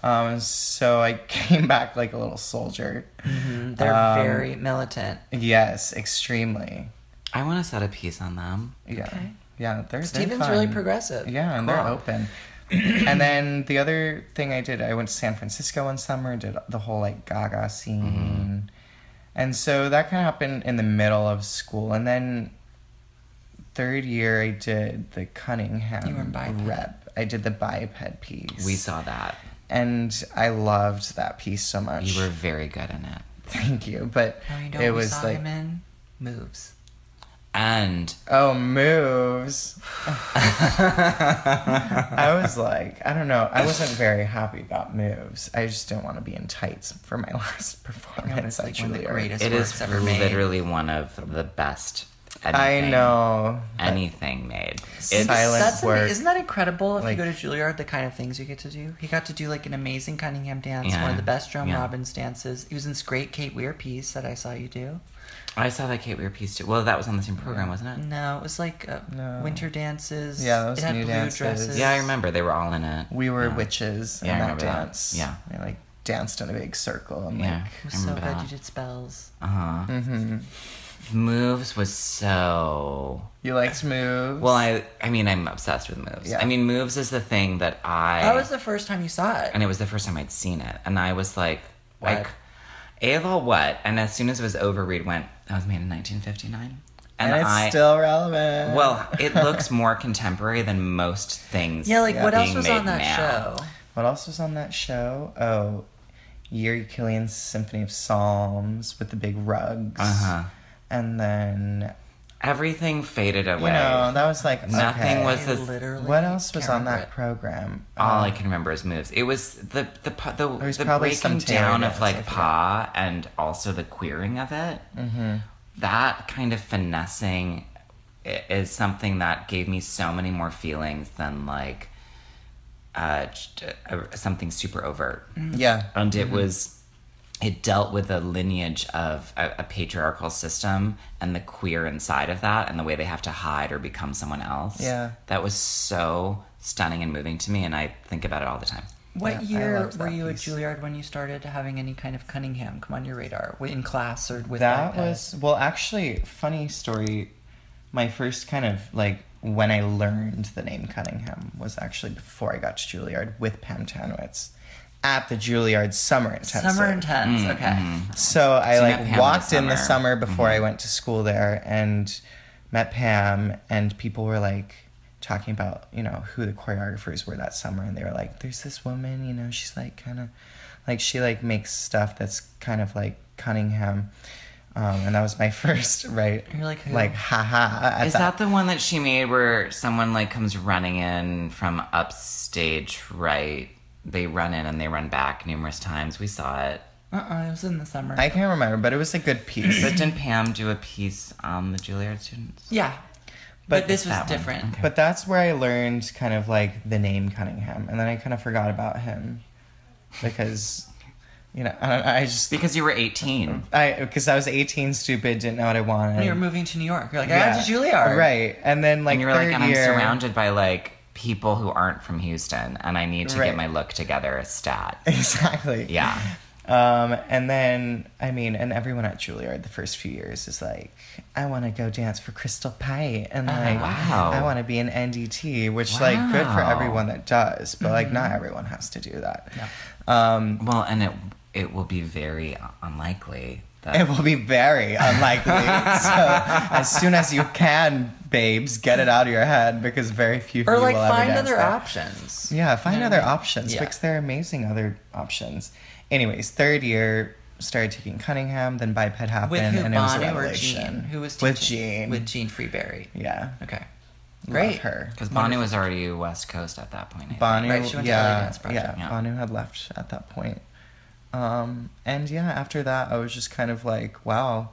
Um, so I came back like a little soldier.
Mm-hmm. They're
Um,
very militant.
Yes, extremely.
I want to set a piece on them.
Yeah,
Okay.
yeah. They're
Steven's
they're
really
fun.
progressive.
Yeah, and they're
Cool.
open. and then the other thing I did, I went to San Francisco one summer, did the whole like Gaga scene,
Mm-hmm.
and so that kind of happened in the middle of school, and then third year I did the Cunningham
You were in biped.
rep. I did the biped piece.
We saw that.
and I loved that piece so much.
You were very good in it.
Thank you, but
No, you don't.
it
We
was
saw
like
him in moves.
And
Oh, moves. I was like, I don't know. I wasn't very happy about moves. I just didn't want to be in tights for my last performance.
it's
I
like one of the
truly are.
greatest-
it
works
is
ever made.
literally one of the best.
I
anything-
know.
Anything made.
It's- Silent
That's ama-
work.
Isn't that incredible? If
Like-
you go to Juilliard, the kind of things you get to do. He got to do like an amazing Cunningham dance,
Yeah.
one of the best Joan
Yeah.
Robbins dances. He was in this great Kate Weir piece that I saw you do.
I saw that Kate Weir piece too. Well, that was on the same program, wasn't it?
No, it was like uh,
No.
winter dances.
Yeah, those
it had
new
blue
dances.
dresses.
Yeah, I remember they were all in it.
We were
yeah.
witches
Yeah, I
in that
remember that.
dance.
Yeah.
I like danced in a big circle and
I'm
Yeah, I
so
remember
glad
that.
you did spells.
Uh huh.
like. hmm
Moves was so.
You liked moves.
Well, I I mean I'm obsessed with moves.
Yeah.
I mean moves is the thing that I
That was the first time you saw it.
and it was the first time I'd seen it, and I was like,
What?
like, Aval what? And as soon as it was over, Reed went, "That was made in 1959,"
and, it's
I
still relevant.
well, it looks more contemporary than most things.
Yeah, like what else
being
was
made
on that
now.
show?
What else was on that show? Oh, Yuri Killian's Symphony of Psalms with the big rugs.
Uh-huh.
And then,
Everything faded
you
away.
know, that was like,
Nothing
okay.
was
I
this-
literally
What else was
can't
on
remember
that program?
All I
Um,
can remember is moves. It was the the pu- the,
was
the
probably some
breaking down of
Terry dance, I
like
forget.
pa and also the queering of it. Mm-hmm. That kind of finessing i- is something that gave me so many more feelings than like uh, just, uh, something super overt.
yeah.
And it was it dealt with a lineage of a, a patriarchal system and the queer inside of that and the way they have to hide or become someone else.
Yeah.
That was so stunning and moving to me and I think about it all the time.
it. What
Yeah, I
year
loved
were
that
you
piece.
at Juilliard when you started having any kind of Cunningham come on your radar Wait, in class or with
that
iPad?
was well actually funny story my first kind of like when i learned the name cunningham was actually before i got to juilliard with pam tanowitz at the juilliard summer intensive
summer intense. okay,
so i
So you met Pam in
like
the
walked in
summer.
the
Mm-hmm.
summer before i went to school there and met pam and people were like talking about you know who the choreographers were that summer and they were like there's this woman you know she's like kind of like she like makes stuff that's kind of like cunningham um, and that was my first right
You're like, who?
like haha at
Is that the one that she made where someone like comes running in from upstage right? They run in and they run back numerous times. We saw it.
uh-uh, it was in the summer.
i can't remember but it was a good piece
But didn't Pam do a piece on the Juilliard students?
yeah, but,
But
this
it's
was
that one.
different.
Okay.
but that's where i learned kind of like the name cunningham and then i kind of forgot about him because you know i don't i just
Because you were 18.
I because I was 18, stupid, didn't know what I wanted.
When you were moving to New York, you're like, I got to Juilliard.
Oh, right? And then like
and you were
third
like, and I'm
year,
surrounded by like people who aren't from Houston, and I need to
Right.
get my look together as stat.
exactly.
Yeah.
Um, and then I mean, and everyone at Juilliard the first few years is like, I want to go dance for Crystal Pie, and like,
Oh, wow.
I want to be an NDT, which like good for
Wow. Mm-hmm.
everyone that does, but like not everyone has to do that. Um,
Well, and it it will be very unlikely that
It will be very unlikely. so as soon as you can, babes, get it out of your head because very few
Or
people
like
will ever
find
dance
other
that.
options.
Yeah, find
know what
other
I mean?
options
Yeah.
because there are amazing other options. anyways, third year started taking Cunningham, then biped happened,
With who,
and it was a
Bonnie or
revelation.
Jean? Who was
with
teaching?
Jean?
With Jean Freeberry.
yeah,
Okay.
Love
Great.
her.
Because Bonnie was already West Coast at that point. I think.
Banu,
Right, she went to Ellie
yeah,
Dance Project,
yeah,
yeah.
Banu had left at that point. Um, and yeah, after that, I was just kind of like, wow.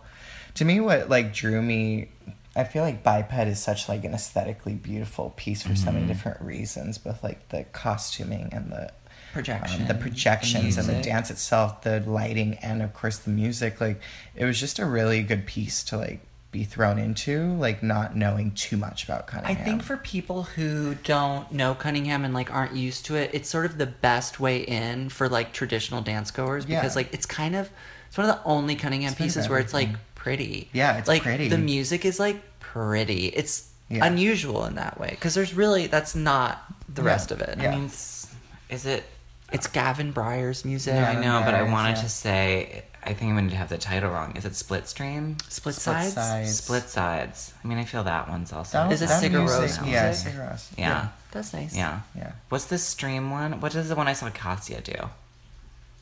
To me, what like drew me, I feel like biped is such like an aesthetically beautiful piece for
Mm-hmm.
so many different reasons, both like the costuming and the
Projection.
um, the projections and the
music.
dance itself, the lighting, and of course the music. Like it was just a really good piece to like be thrown into, like not knowing too much about
I
Cunningham.
think for people who don't know Cunningham and like aren't used to it, it's sort of the best way in for like traditional dance goers because
Yeah.
like it's kind of it's one of the only Cunningham
been
pieces
for
where it's like pretty.
Yeah, it's
like
pretty.
the music is like pretty. It's
Yeah.
unusual in that way because there's really that's not the rest of it.
Yeah.
I mean, s- is it?
It's Gavin Breyer's music.
I
Yeah.
know, but I wanted
Yeah.
to say. I think I'm going to have the title wrong. Is it Split Stream?
Split,
Split
sides.
Sides. It's-
Split Sides. I mean, I feel that one's also.
That-
Is it
that
Sigur
music-
Rós
Yeah,
music?
Sigur Rós.
Yeah.
That's nice.
Yeah.
Yeah.
What's the stream one? What is the one I saw Cassia do?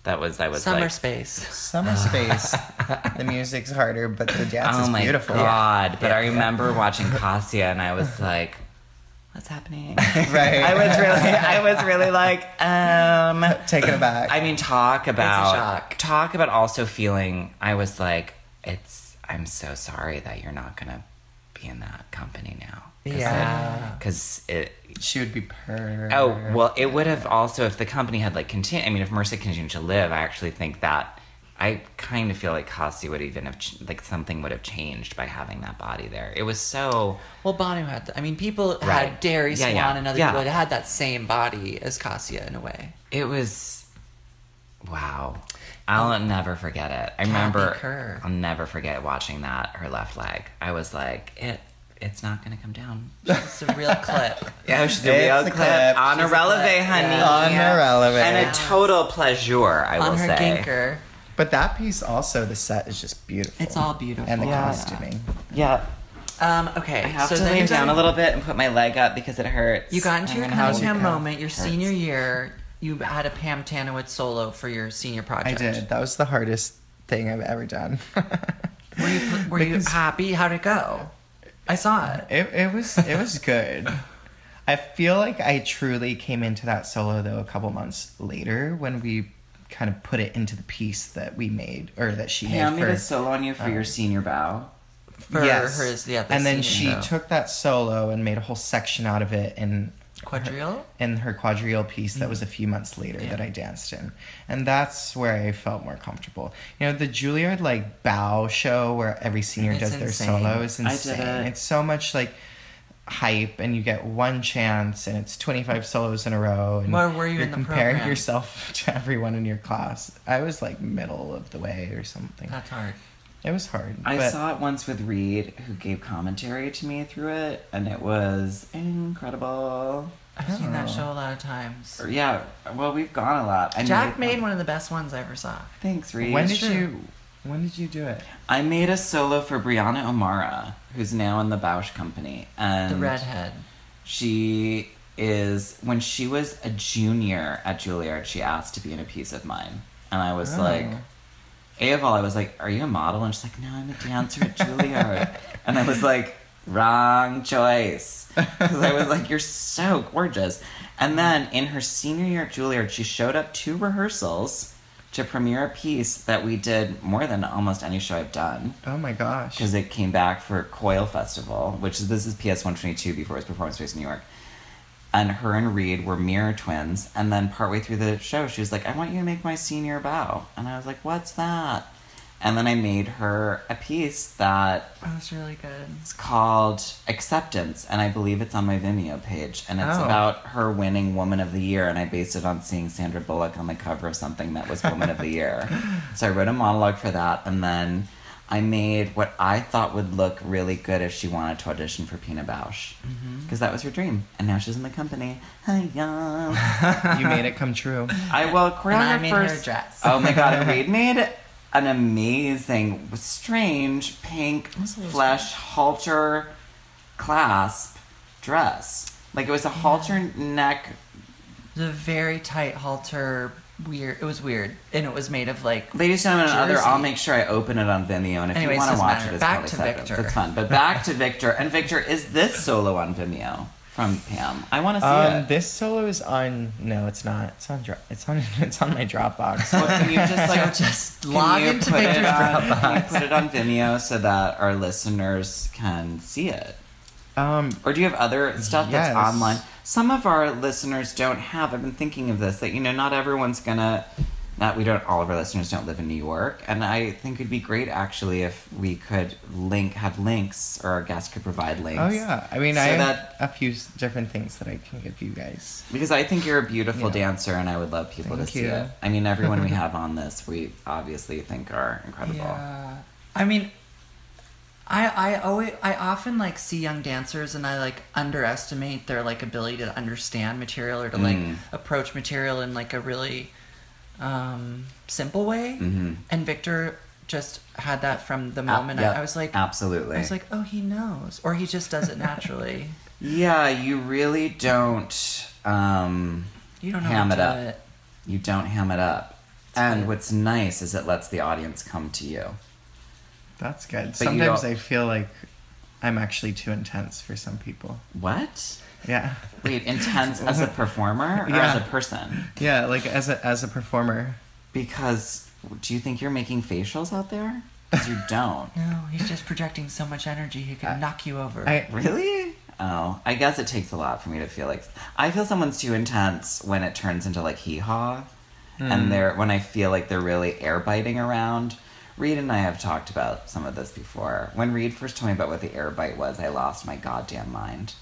That was that was
Summer
like,
space.
Summer space. the music's harder, but the dance
Oh
is
my
beautiful.
god! But
Yeah,
I
yeah.
remember watching Cassia, and I was like, "What's happening?"
Right.
I was really, I was really like, um.
taken aback.
I mean, talk about
shock.
talk about also feeling. I was like, "It's. I'm so sorry that you're not gonna be in that company now."
yeah.
Because it,
she would be per.
Oh well, it would have also if the company had like continued. I mean, if Mercy continued to live, I actually think that I kind of feel like Kasi would even have ch- like something would have changed by having that body there. It was so
Well, Bono had. The, I mean, people had
Right.
Derry
Yeah,
Swan
yeah.
and other
Yeah.
people that had that same body as Cassia in a way.
it was wow. I'll never forget it. I remember
Oh. Kerr.
I'll never forget watching that her left leg. I was like, it it's not gonna come down.
It's a real clip.
Yeah, she's
It's
a real
the
clip.
clip.
on a
She's a clip,
releve, honey.
yeah.
On her releve.
And a total pleasure, I will
on her
say.
ginker.
But that piece also, the set is just beautiful.
It's all beautiful.
And the
Yeah.
costuming.
Yeah.
Um, okay,
I have
so
to
then
lean
you
down
got,
a little bit and put my leg up because it hurts.
You got into
I'm
your
gonna have to
Cunningham
go.
moment your senior year. You had a Pam Tanowitz solo for your senior
I
project.
did. That was the hardest thing I've ever done.
Were you were you
Because-
happy? How'd it go? I saw it.
It, it was it was good. I feel like I truly came into that solo though a couple months later when we kind of put it into the piece that we made or that she
Pam
made
made a
first.
solo on you for Oh. your senior bow.
For hers, yeah. the
and then she
senior show.
took that solo and made a whole section out of it in
quadrille. Mm.
in her quadrille piece that was a few months later that I danced in, and that's where I felt more comfortable. You know, the Juilliard like bow show where every senior
It's
does their
insane.
solo is
I did
insane.
it.
It's so much like hype and you get one chance and it's 25 solos in a row and
Where were you
you're
in the
comparing
program?
yourself to everyone in your class i was like middle of the way or something
That's hard.
it was hard
I
but-
saw it once with Reed, who gave commentary to me through it, and it was incredible.
I've
don't
seen that
know.
show a lot of times.
Or, yeah, well, we've gone a lot. I mean, um,
Jack
we've
made
gone-
one of the best ones I ever saw.
Thanks, Reed.
when did
Sure.
you when did you do it
I made a solo for Brianna O'Mara, who's now in the Bausch Company, and
The redhead.
She is when she was a junior at Juilliard, she asked to be in a piece of mine, and I was
Oh.
like, A of all, I was like, "Are you a model?" And she's like, "No, I'm a dancer at Juilliard," and I was like, "Wrong choice," because I was like, "You're so gorgeous." And then in her senior year at Juilliard, she showed up to rehearsals to premiere a piece that we did more than almost any show I've done
oh my gosh
because it came back for Coil Festival, which is this is PS one twenty two before it was Performance Space New York. And her and Reed were mirror twins, and then partway through the show, she was like, "I want you to make my senior bow," and I was like, "What's that?" And then I made her a piece that
That was really good.
it's called Acceptance, and I believe it's on my Vimeo page. And it's
Oh.
about her winning Woman of the Year, and I based it on seeing Sandra Bullock on the cover of something that was Woman of the Year. So I wrote a monologue for that, and then I made what I thought would look really good if she wanted to audition for Pina Bausch, because that was her dream, and now she's in the company. Hiya.
you made it come true
I well
And I made her
choreographers.
dress.
Oh my god, Reed made an amazing, strange pink flesh halter clasp dress. Like it was a halter neck.
The very tight halter weird. It was weird, and it was made of like
Ladies, gentlemen, and other,
Jersey.
I'll make sure I open it on Vimeo. And if
Anyways,
you want to
doesn't
watch
matter.
it, it's
Back
probably
to
set up.
Victor.
That's fun. But back to Victor. And Victor, is this solo on Vimeo from Pam? I want to see
Um,
it.
this solo is on. No, it's not. It's on. Dro- It's on. It's on my Dropbox.
Well, can you just like just
log into Victor's Dropbox.
Put it on Vimeo so that our listeners can see it.
um,
Or do you have other stuff
Yes.
that's online? Some of our listeners don't have. I've been thinking of this that you know not everyone's gonna. Not we don't. All of our listeners don't live in New York, and I think it'd be great actually if we could link have links or our guests could provide links.
oh yeah. I mean,
So
I have
that-
a few s- different things that I can give you guys.
Because I think you're a beautiful
Yeah.
dancer, and I would love people
Thank
to see
you.
it. I mean, everyone we have on this, we obviously think are incredible.
Yeah. I mean, I I always I often like see young dancers and I like underestimate their like ability to understand material or to like
Mm.
approach material in like a really um, simple way.
Mhm.
And Victor just had that from the
A-
moment
yeah,
I, I was like
absolutely.
I was like, oh, he knows, or he just does it naturally.
yeah, you really don't. Um,
You don't know
ham
how
it
to
up.
do it.
You don't ham it up. And what's nice is it lets the audience come to you.
That's good.
you
Sometimes
don't-
I feel like I'm actually too intense for some people.
What?
Yeah.
Wait, intense as a performer or
Yeah.
as a person?
Yeah, like as a as a performer.
Because do you think you're making facials out there? 'Cause you don't.
No, he's just projecting so much energy he could
I-
knock you over.
I
Really? Oh, I guess it takes a lot for me to feel like I feel someone's too intense when it turns into like hee haw,
Hmm.
and they're when I feel like they're really air biting around. Reed and I have talked about some of this before. When Reed first told me about what the air bite was, I lost my goddamn mind.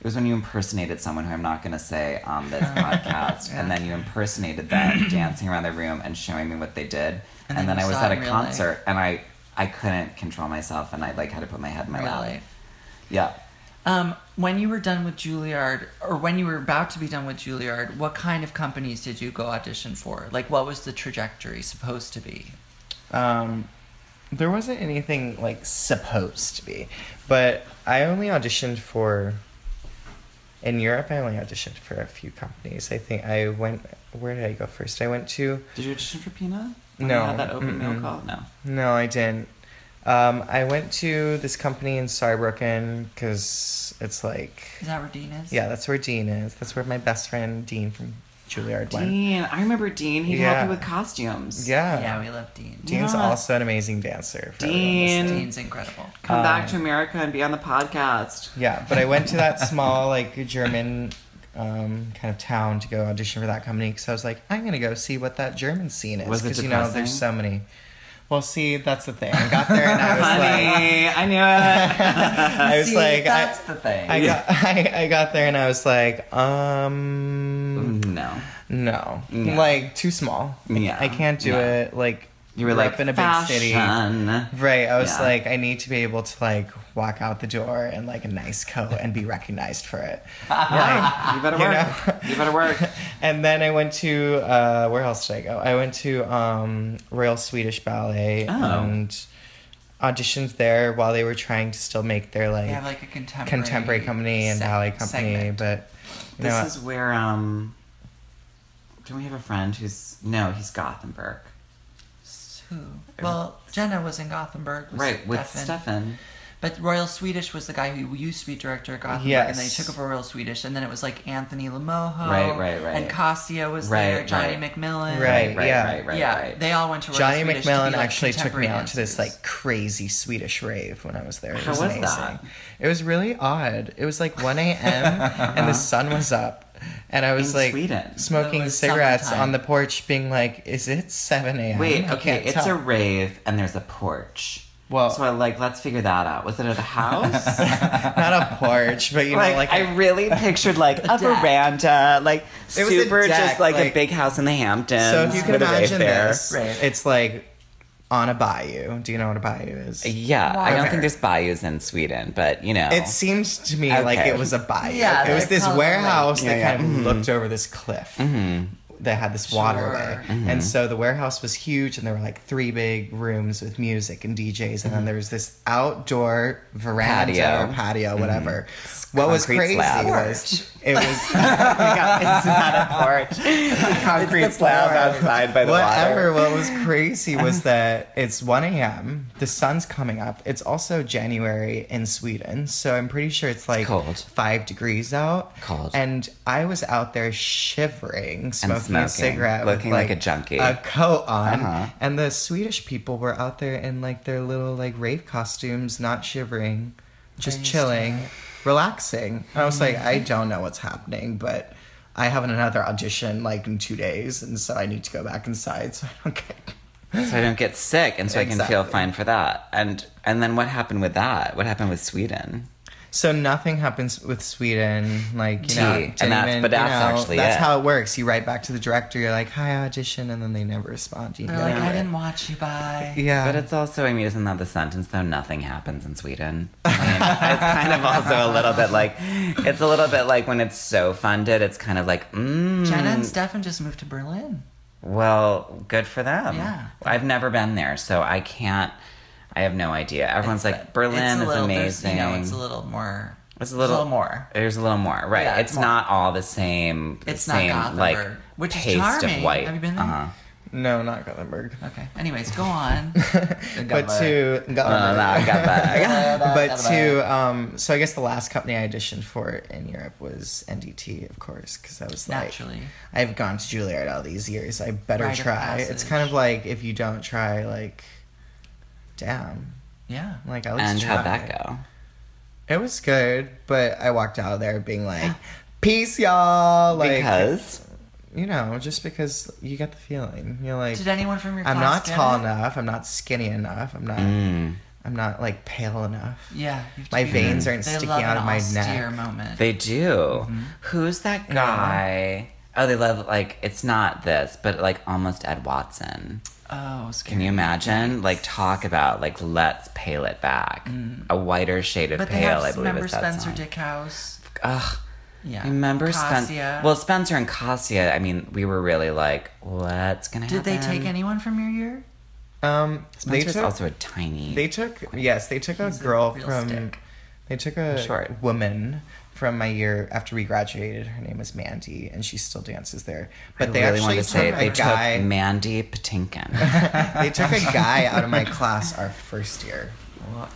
It was when you impersonated someone who I'm not going to say on this podcast, and then you impersonated them dancing around the room and showing me what they did, and,
And then
then,
you
I was
saw
at
it in
a
real life.
concert and I I couldn't control myself, and I like had to put my head in my
Real
lap.
life.
Yeah.
Um, when you were done with Juilliard, or when you were about to be done with Juilliard, what kind of companies did you go audition for? Like, what was the trajectory supposed to be?
um there wasn't anything like supposed to be. But I only auditioned for in Europe I only auditioned for a few companies. I think I went where did I go first? I went to
Did you audition for Peanut?
No.
Oh, You had that open mail
Mm-mm.
call? No.
No, I didn't. Um, I went to this company in Saarbrücken because it's like,
Is that where Dean is?
yeah, that's where Dean is. That's where my best friend Dean from Juilliard went.
Dean. I remember Dean. He'd help
Yeah.
you with costumes.
Yeah.
Yeah, we love Dean.
Dean's
Yeah.
also an amazing dancer. for everyone
Dean.
listening.
Dean's incredible.
Come back
Um,
to America and be on the podcast.
Yeah, but I went to that small like German um, kind of town to go audition for that company because I was like, I'm gonna go see what that German scene is
Was it
because you know there's
depressing?
so many. Well, see, that's the thing. I got there and I was like,
Honey, I knew it.
I was
See,
like, I,
that's the thing.
I got I, I got there and I was like, um,
no.
no,
Mm. Yeah.
like too small. I-
Yeah.
I can't do
Yeah.
it. Like
You were
grew
like
up in a big city,
fashion.
right? I was
Yeah.
like, I need to be able to like walk out the door in like a nice coat and be recognized for it.
Oh, You better
You
work.
know?
You better work.
and then I went to uh, where else did I go? I went to um, Royal Swedish Ballet
Oh.
and auditioned there while they were trying to still make their like,
They have like a contemporary
contemporary company and
seg-
ballet company,
segment.
but you
This
know,
is where um. Don't we have a friend who's no? He's Gothenburg,
Who? Well, Jenna was in Gothenburg. With
right? With
Stefan.
Stefan.
But Royal Swedish was the guy who used to be director of Gothenburg, and then he
Yes.
took over Royal Swedish, and then it was like Anthony Lamoho,
Right, right, right.
and Cassia was
Right,
there, Johnny
right.
McMillan,
Right,
Right.
yeah.
Right. Right.
yeah,
Right.
they all went to Royal
Johnny
Swedish to be,
McMillan
like,
actually took me
contemporary
out to this
dancers.
like crazy Swedish rave when I was there. It
How
was,
was
amazing.
that?
It was really odd. It was like 1 a.m. and the sun was up. And I was
In
like
Sweden.
smoking
It was
cigarettes
summertime.
on the porch, being like, "Is it 7 a.m.?"
Wait,
I
okay,
can't
it's
tell.
a rave and there's a porch.
Well-
so I like let's figure that out. Was it at a house?
not a porch, but you know,
like,
like
I really pictured like a,
deck.
veranda, like
It was a
super,
deck,
just like, a
like-
big house in the Hamptons.
so if you can
with a
imagine
Wayfair.
this,
Right.
it's like on a bayou. Do you know what a bayou is?
Yeah, I don't
Water.
think there's bayous in Sweden, but you know,
It seemed to me like
Oh. Okay.
it was a bayou.
Yeah,
it was
like
this
probably.
warehouse
Yeah, Mm-hmm.
that
yeah.
kind of looked over this cliff. that had this
Sure.
waterway.
Mm-hmm.
And so the warehouse was huge, and there were like three big rooms with music and DJs, and then there was this outdoor
Mm-hmm.
veranda
Patio. Mm-hmm.
or patio, whatever. What was
Concrete
crazy
slab.
was it was oh my God, it's not a porch, concrete slab
outside by the
Whatever.
water.
What was crazy was that it's 1 a.m. The sun's coming up. It's also January in Sweden, so I'm pretty sure it's like
Cold.
five degrees out.
Cold.
And I was out there shivering, smoking, a
smoking,
cigarette,
looking
with,
like a junkie.
a coat on.
Uh-huh.
And the Swedish people were out there in like their little like rave costumes, not shivering, just
used to
chilling, relaxing. And I was
Mm-hmm.
like, I don't know what's happening, but I have another audition like in two days, and so I need to go back inside. So I don't get.
so I don't get sick, and so I can feel
Exactly.
fine for that. And and then what happened with that? What happened with Sweden?
So nothing happens with Sweden, like you
Tea.
know,
And
didn't
that's-
even-
but
you
that's
know,
actually
that's
it.
how it works. You write back to the director, you're like, "Hi, audition," and then they never respond. to You
They're
know?
like, I didn't watch you. Bye.
yeah,
But it's also, I mean, isn't that the sentence though? Nothing happens in Sweden. I mean, it's kind of also a little bit like, it's a little bit like when it's so funded, it's kind of like, mm,
Jenna and Stefan just moved to Berlin.
well, good for them.
Yeah.
I've never been there, so I can't, I have no idea. Everyone's like, Berlin
it's a little,
is
there's-
amazing.
You know, it's a little more.
It's a little-
more.
There's a little more, right?
Yeah, it's
it's
more.
not all the same.
It's not
same,
Gothenburg,
like
which is
paste
charming.
of white.
Have you been there?
Uh-huh.
no, not Gothenburg.
Okay. Anyways, go on.
but to Gothenburg.
Uh, no, I got that.
but to um, so I guess the last company I auditioned for in Europe was NDT, of course, because I was like,
Naturally.
I've gone to Juilliard all these years. I better
Rite of
try. It's
passage.
kind of like if you don't try, like, damn,
Yeah.
like at least
and
try.
how'd that go?
It was good, but I walked out of there being like, peace, y'all. Like,
because
you know, just because you get the feeling, you're like,
Did anyone from your
I'm
class
not
get
tall
it? Mm.
enough. I'm not skinny enough. I'm not.
mm.
I'm not like pale enough.
Yeah. you have to
My
be-
veins aren't
they
sticking
love
out
an
of my neck.
austere moment.
they do.
Mm-hmm.
Who's that guy? Oh, they love like it's not this, but like almost Ed Watson.
oh,
Can
scary.
you imagine? Like talk about like let's pale it back. A whiter shade of
Mm. But they
pale,
have
I believe
remember
is that
Spencer
song.
Dickhouse.
Ugh.
Yeah.
I remember
Cassia.
Spencer. Well, Spencer and Cassia. I mean, we were really like, what's gonna
Did
happen?
they take anyone from your year?
Um, they
Spencer's
took,
also a tiny.
they took yes, they took a girl
real
from.
stick.
They took a
Short.
woman from my year after we graduated. Her name was Mandy, and she still dances there. But
I
they
really
actually
wanted to say
took
they
a guy.
took Mandy Patinkin.
they took a guy out of my class our first year.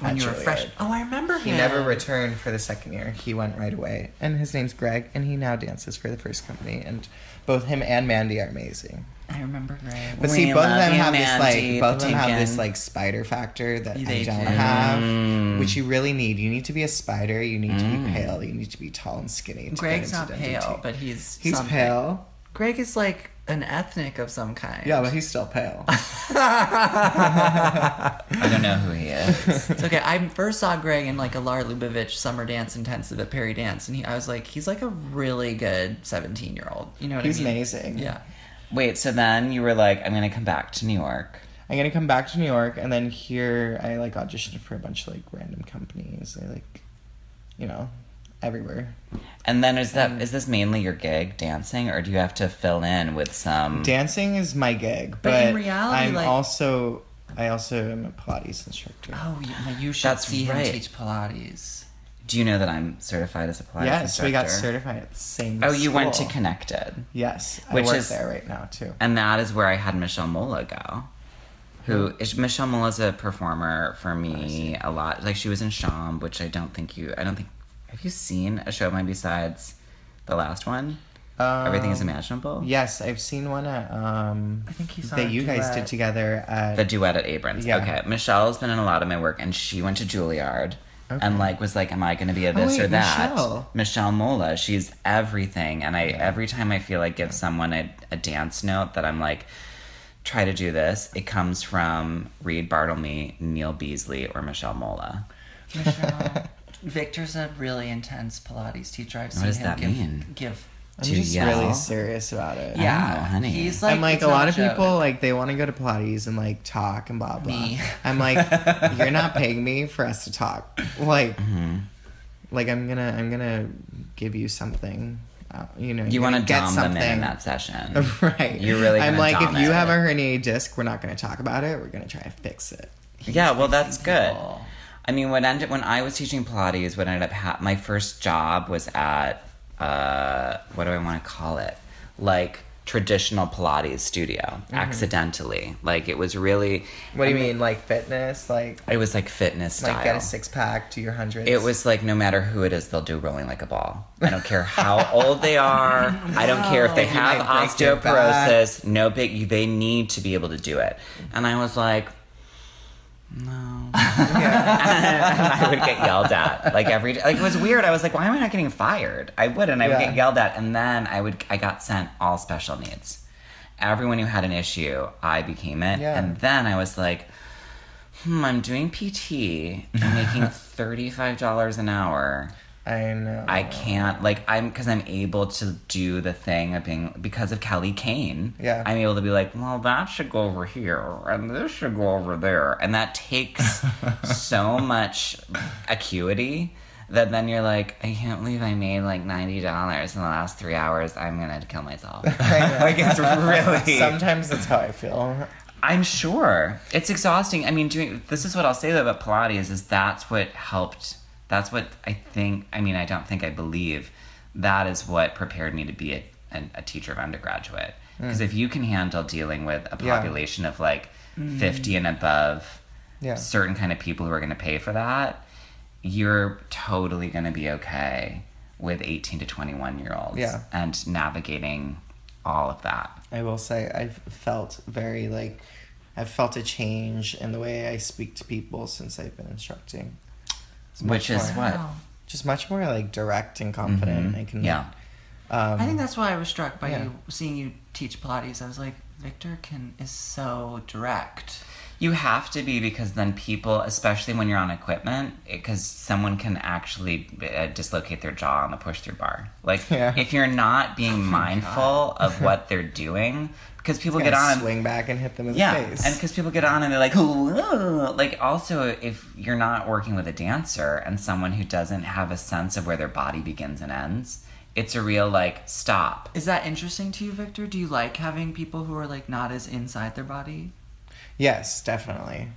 When you were
Actually,
fresh.
I-
Oh, I remember
He
him.
never returned for the second year. He went right away. And his name's Greg, and he now dances for the first company. And both him and Mandy are amazing.
I remember Greg.
But
We
see, both of
love
them
you,
have
Mandy
this like both of them have
Patinkin.
this like spider factor that
They
I don't
do. Mm.
have, which you really need. You need to be a spider. You need to be pale. You need to be tall and skinny. To get
Greg's not
into identity.
pale, but he's
he's
something.
pale.
Greg is like an ethnic of some kind.
Yeah, but he's still pale.
I don't know who he is.
It's okay. I first saw Greg in like a Lar Lubavitch summer dance intensive at Perry Dance, and he, I was like, he's like a really good seventeen year old. You know what
He's
I mean?
amazing.
Yeah.
Wait, so then you were like, I'm gonna come back to New York.
I'm gonna come back to New York, and then here I like auditioned for a bunch of like random companies. I like, you know, everywhere.
And then is
Um,
that is this mainly your gig dancing, or do you have to fill in with some?
Dancing is my gig, but,
Mm. But in reality,
I'm
like-
also I also am a Pilates instructor.
Oh, you, you should
That's
see
right.
him teach Pilates.
do you know that I'm certified as a Pilates
yes, we got
instructor?
certified at the same.
Oh, you went to
school.
Connected,
Yes,
Which
I work
is-
there right now too.
and that is where I had Michelle Mola go. Who is Michelle Mola is a performer for
Oh,
me a lot. Like she was in Sham, which I don't think you. I don't think. Have you seen a show of mine besides the last one? Everything is
Um,
imaginable.
Yes, I've seen one at um
I think you saw
that
a
you guys
duet.
did together at
The duet at Abrams.
Yeah.
Okay. Michelle's been in a lot of my work and she went to Juilliard and like was like, Am I gonna be a this
Oh, wait,
or that?
Michelle.
Michelle Mola, she's everything. And I every time I feel like give someone a, a dance note that I'm like, try to do this, it comes from Reed Bartlemy, Neil Beasley, or Michelle Mola.
Michelle. Victor's a really intense Pilates teacher. I've seen
does
him
that
give,
mean?
give.
I'm
to
just
yell.
really serious about it.
Yeah,
know, honey.
He's like,
I'm like
it's
a
not
lot of
joke.
people like they want to go to Pilates and like talk and blah blah.
Me.
I'm like, you're not paying me for us to
Mm-hmm.
talk. Like, like I'm gonna I'm gonna give you something. uh, you know,
You want to
get
dom
something.
them in, in that session.
right.
You're really
I'm
gonna
like,
dom
if you
it.
have a herniated disc, we're not going to talk about it. We're going to try to fix it.
Yeah, well, that's good.
people.
I mean, what ended when I was teaching Pilates, what ended up ha- my first job was at uh, what do I want to call it? Like traditional Pilates studio. Accidentally, like it was really.
Mm-hmm. What do you mean, like fitness, like
It was like fitness style.
like get a six pack, do your hundreds?
It was like no matter who it is, they'll do rolling like a ball. I don't care how old they are. I don't care if they
You
have
might break their back.
osteoporosis. No big. They need to be able to do it. And I was like, no. and I would get yelled at like every day. Like it was weird. I was like, why am I not getting fired? I would, and I would
Yeah.
get yelled at, and then I would. I got sent all special needs. Everyone who had an issue, I became it,
Yeah.
and then I was like hmm, I'm doing PT and making $35 an hour.
I know.
I can't, like, I'm, because I'm able to do the thing of being, because of Kelly Kane.
Yeah.
I'm able to be like, well, that should go over here and this should go over there. And that takes so much acuity that then you're like, I can't believe I made like $90 in the last three hours. I'm going to kill myself. like, it's really.
Sometimes that's how I feel.
I'm sure it's exhausting. I mean, doing this is what I'll say though about Pilates is that's what helped. That's what I think. I mean, I don't think I believe that is what prepared me to be a, an a teacher of undergraduate. Because if you can handle dealing with a
Hmm. Yeah.
population of like 50 and above,
Yeah.
certain kind of people who are going to pay for that, you're totally going to be okay with 18 to 21 year olds
Yeah.
and navigating all of that.
I will say I've felt very like I've felt a change in the way I speak to people since I've been instructing. It's
Which
much
is
more-
what? Mm-hmm.
Wow.
Just much more like direct and confident. I can
Yeah.
Um,
I think that's why I was struck by
Yeah.
you seeing you teach Pilates. I was like, Victor can is so direct.
You have to be because then people, especially when you're on equipment, because someone can actually uh, dislocate their jaw on the push through bar. Like,
Yeah.
if you're not
Oh
being mindful of what they're doing, because people get on.
swing back and hit them in
yeah,
the face.
and because people get on and they're like, "Ooh," like also if you're not working with a dancer and someone who doesn't have a sense of where their body begins and ends, it's a real like stop.
Is that interesting to you, Victor? Do you like having people who are like not as inside their body?
yes, definitely.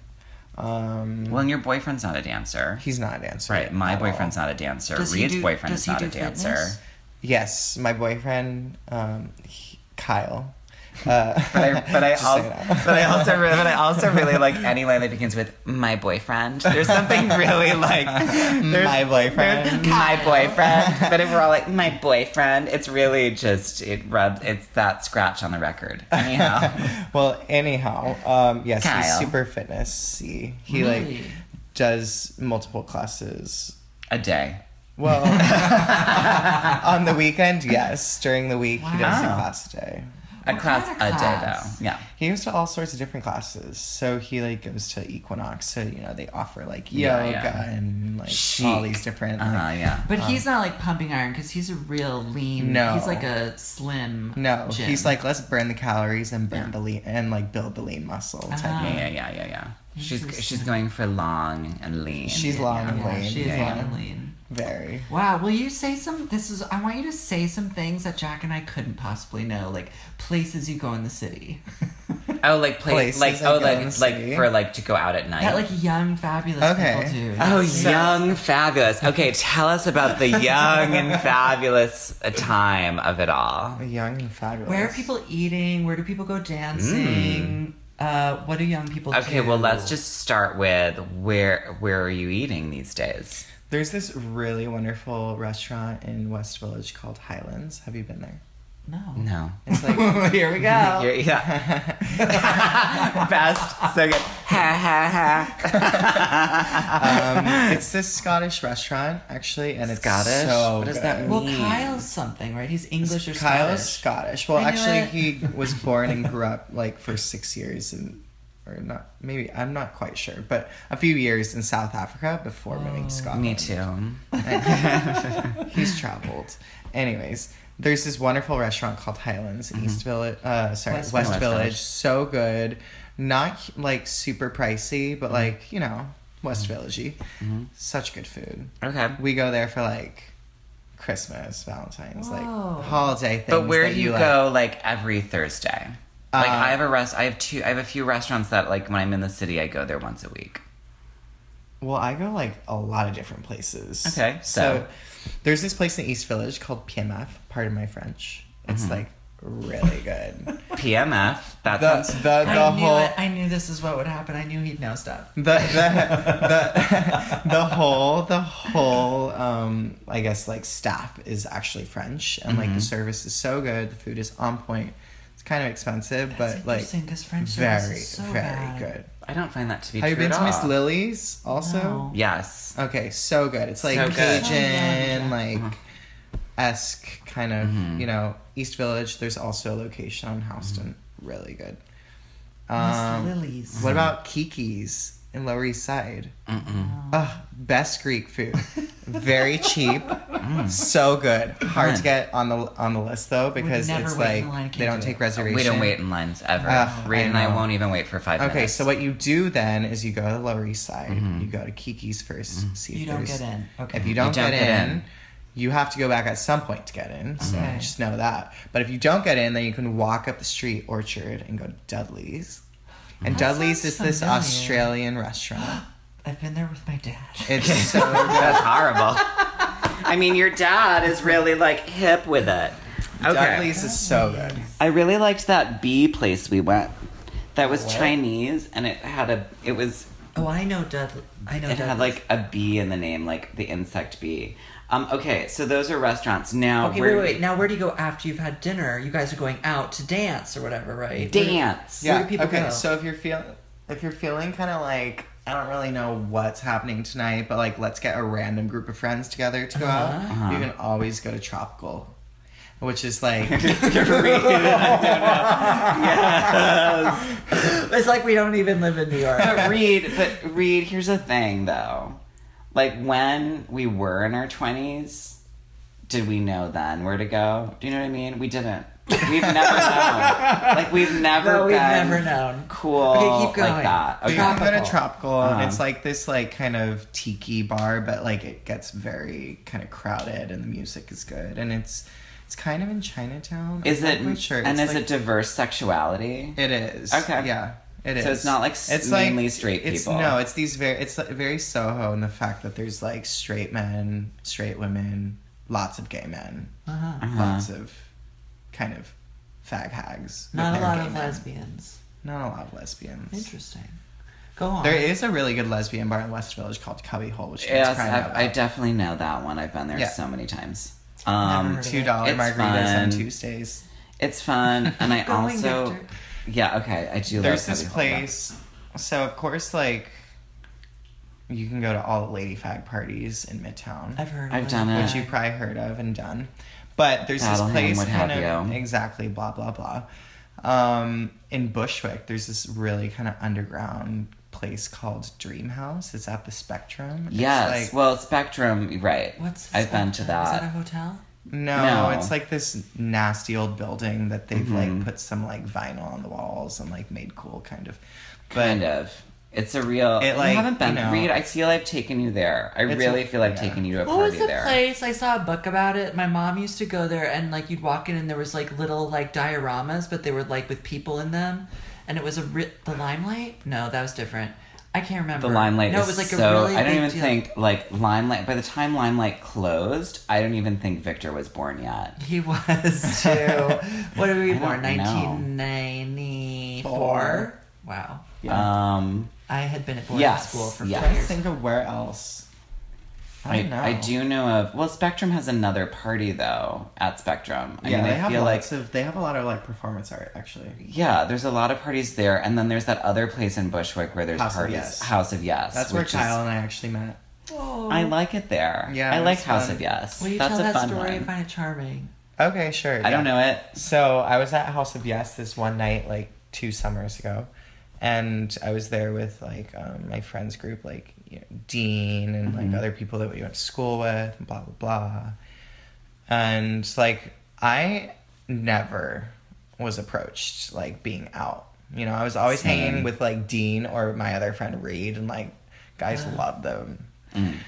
Um,
Well, and your boyfriend's not a dancer,
he's not answering.
right? My boyfriend's not a dancer.
Does he
Reed's
do-
boyfriend
does
is
he
not
do
a dancer.
fitness?
Yes, my boyfriend, um, he- Kyle. Uh,
But I, but I
just so you
also,
know.
but I also, really, but I also really like any line that begins with "my boyfriend." There's something really like
my
there's
boyfriend.
my boyfriend. But if we're all like "my boyfriend," it's really just it rubs. It's that scratch on the record. Anyhow,
well, anyhow, um, yes, he's
Kyle.
super fitnessy. He like
Really?
does multiple classes.
a day.
Well, on the weekend, yes. During the week, he does a
Wow.
class a day.
A
What
class,
kind of
a
class?
day though. Yeah.
He goes to all sorts of different classes. So he like goes to Equinox. So you know they offer like
Yeah,
yoga
yeah.
and like all
Chic.
these different. like-
Uh, yeah.
But he's not like pumping iron because he's a real lean.
Um, No.
he's like a slim.
No,
gym.
he's like let's burn the calories and burn
Yeah.
the lean and like build the lean muscle. Type.
Ah.
Yeah, yeah, yeah, yeah, yeah. She's she's going for long and lean.
She's long and
yeah,
lean.
she is
yeah,
long
yeah.
and lean.
Very.
Wow, will you say some? This is. I want you to say some things that Jack and I couldn't possibly know, like places you go in the city.
Oh, like place,
Places
like oh,
like in
like
the
like
city.
for like to go out at night.
that like young, fabulous
Okay.
people do.
Oh, young, fabulous. Okay, tell us about the young and fabulous uh, time of it all.
Young and fabulous.
Where are people eating? Where do people go
Mm.
dancing? Uh, what do young people do?
Okay, well, let's just start with where where are you eating these days?
There's this really wonderful restaurant in West Village called Highlands. Have you been there?
No.
No.
It's like
Here we go.
You're- yeah. Best. So good. Ha ha ha.
um, it's this Scottish restaurant actually, and it's
Scottish?
So
What does that
good.
mean?
Well, Kyle's something, right? He's English or
Kyle is
Scottish.
Scottish. Well,
I knew
actually, he was born and grew up like for six years and or not maybe I'm not quite sure, but a few years in South Africa before moving to Scotland.
Oh, Me too.
He's traveled. Anyways, there's this wonderful restaurant called Highlands East Village. Uh, sorry,
West
West,
Village.
Village. So good. Not like super pricey, but like you know West Villagey. Such good food.
Okay.
We go there for like Christmas, Valentine's,
Whoa.
like holiday things.
But where
that
do you,
like-
go like every Thursday? Like
Uh,
I have a rest I have two I have a few restaurants that like when I'm in the city I go there once a week.
Well, I go like a lot of different places.
Okay, so-
there's this place in East Village called PMF. Pardon my French. It's
Mm-hmm.
like really good.
PMF. That
the
sounds
the, the
I knew
whole
it. I knew this is what would happen. I knew he'd know stuff.
the the the, the whole the whole um I guess like staff is actually French and
Mm-hmm.
like the service is so good. The food is on point. It's kind of expensive, but like
interesting, 'cause French service
very
is so
very
bad.
good.
I don't find that to be
Have you
true
been
at
to Miss
all.
Lily's also?
No. Oh,
Yes.
Okay, so good. It's like
So good. Uh-huh.
Cajun,
So good.
like esque kind of,
Mm-hmm.
you know, East Village. There's also a location on Houston.
Mm-hmm.
Really good. Um,
Lilies.
What about Kiki's in Lower East Side?
Mm-mm.
Oh.
Ugh, best Greek food. Very cheap. so good. Hard to get on the on the list though because
never
it's
wait in
like
line. I
they
can't
don't
do
take
it.
reservations.
We don't wait in lines ever.
Ugh,
Reed
I
and I
know.
won't even wait for five
Okay,
minutes.
so what you do then is you go to the Lower East Side, you go to Kiki's first, see if
Mm-hmm. You don't
there's-
get in. Okay.
If you don't,
don't
get,
get
in,
in.
you have to go back at some point to get in. So
Okay.
just know that. But if you don't get in, then you can walk up the street, Orchard, and go to Dudley's. And
That
Dudley's is
sounds
this
familiar.
Australian restaurant.
I've been there with my dad.
It's so good.
That's horrible. I mean, your dad is really like hip with it. Okay.
Dudley's is so good.
I really liked that B place we went. That was Chinese, and it had a. It was.
Oh, I know Dudley. I know
It had like a bee in the name, like the insect bee. Um. Okay, so those are restaurants now.
Okay, wait,
we're-
wait, wait. Now, where do you go after you've had dinner? You guys are going out to dance or whatever, right?
Dance.
Where
Yeah.
do people
okay.
go?
So if you're feeling, if you're feeling kind of like I don't really know what's happening tonight, but like let's get a random group of friends together to go out.
Uh-huh.
You can always go to Tropical, which is like
It's like we don't even live in New York.
But Reed, but Reed, here's the thing though. Like when we were in our twenties, did we know then where to go? Do you know what I mean? We didn't. We've never known. Like we've never.
No, we've
been
never known.
Cool.
Okay, keep
Like
going.
that.
But
Okay.
you can go to
Tropical.
Tropical,
Uh-huh.
and it's like this like kind of tiki bar, but like it gets very kind of crowded, and the music is good, and it's it's kind of in Chinatown.
Is
I'm not
it
quite sure.
and
It's
is
like-
it diverse sexuality?
It is.
Okay.
Yeah. It is.
So it's not, like, s- mainly straight
it's,
people.
No, it's these very. It's like, very Soho in the fact that there's like straight men, straight women, lots of gay men,
Uh-huh.
lots of kind of fag hags. but
Not a
they're
lot
gay
of
men.
lesbians.
Not a lot of lesbians.
Interesting. Go on.
There is a really good lesbian bar in West Village called Cubby Hole, which
Yes,
is kind
I, I definitely know that one. I've been there
Yeah.
so many times.
Never
Um,
heard of
two dollar
It's
margaritas
fun.
on Tuesdays.
it's fun, and I
Keep going,
also,
Victor.
yeah, okay, I do.
There's
love
this
Cubby Hole, yeah.
place. So of course, like you can go to all the lady fag parties in Midtown.
I've heard.
I've
of
done
it.
it.
which you've probably heard of and done. But there's
Paddleham,
this place
what
kind
have
of
you.
exactly blah blah blah. Um, in Bushwick, there's this really kind of underground place called Dream House. It's at the Spectrum. It's
Yes.
like-
well, Spectrum, right.
What's?
I've been to
Is that a
that.
hotel?
No,
No. Mm-hmm.
it's like this nasty old building that they've like put some like vinyl on the walls and like made cool kind of. But
kind of. It's a real.
It,
you
like,
haven't been.
you know-
Reed, I feel I've taken you there. I
It's
really
a-
feel I've
yeah.
taken you to a
What
party
was the
there.
place? I saw a book about it. My mom used to go there, and like you'd walk in, and there was like little like dioramas, but they were like with people in them, and it was a ri- the limelight. No, that was different. I can't remember.
The limelight
No,
is
it was like
so.
a really.
I don't
big
even
deal.
think like limelight. By the time limelight closed, I don't even think Victor was born yet.
he was too. what were we
don't
born?
know.
Nineteen ninety four. Wow,
yeah.
Um,
I had been at boarding
Yes,
school for
yes.
four
I
years.
think of where else. I
I,
don't know.
I do know of. Well, Spectrum has another party though at Spectrum. I
yeah,
mean,
they
I
have
feel like
lots of. They have a lot of like performance art actually.
Yeah, there's a lot of parties there, and then there's that other place in Bushwick where there's
House of
parties.
Yes.
House of Yes.
That's where
which is-
Kyle and I actually met.
Oh.
I like it there.
Yeah,
I
it
like
was
House
fun.
of Yes.
Will you
That's
tell
a
that
fun
story? I
one.
find it charming.
Okay, sure.
I don't
yeah.
know it.
So I was at House of Yes this one night, like two summers ago, and I was there with like um, my friends group, like you know, Dean and
Mm-hmm.
like other people that we went to school with, and blah blah blah. And like I never was approached like being out. You know, I was always
Same.
hanging with like Dean or my other friend Reed, and like guys love them.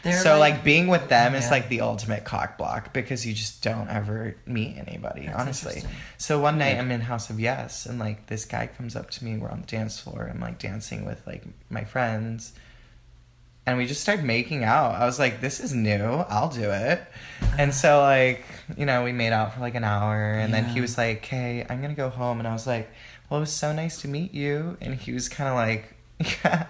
They're
so like, being with them is
Yeah.
like the ultimate cock block because you just don't ever meet anybody honestly
interesting.
so one night i'm in house of yes and like this guy comes up to me we're on the dance floor i'm like dancing with like my friends and we just started making out i was like this is new i'll do it
Uh-huh.
and so like you know we made out for like an hour and then he
Yeah.
was like hey i'm gonna go home and i was like well it was so nice to meet you and he was kind of like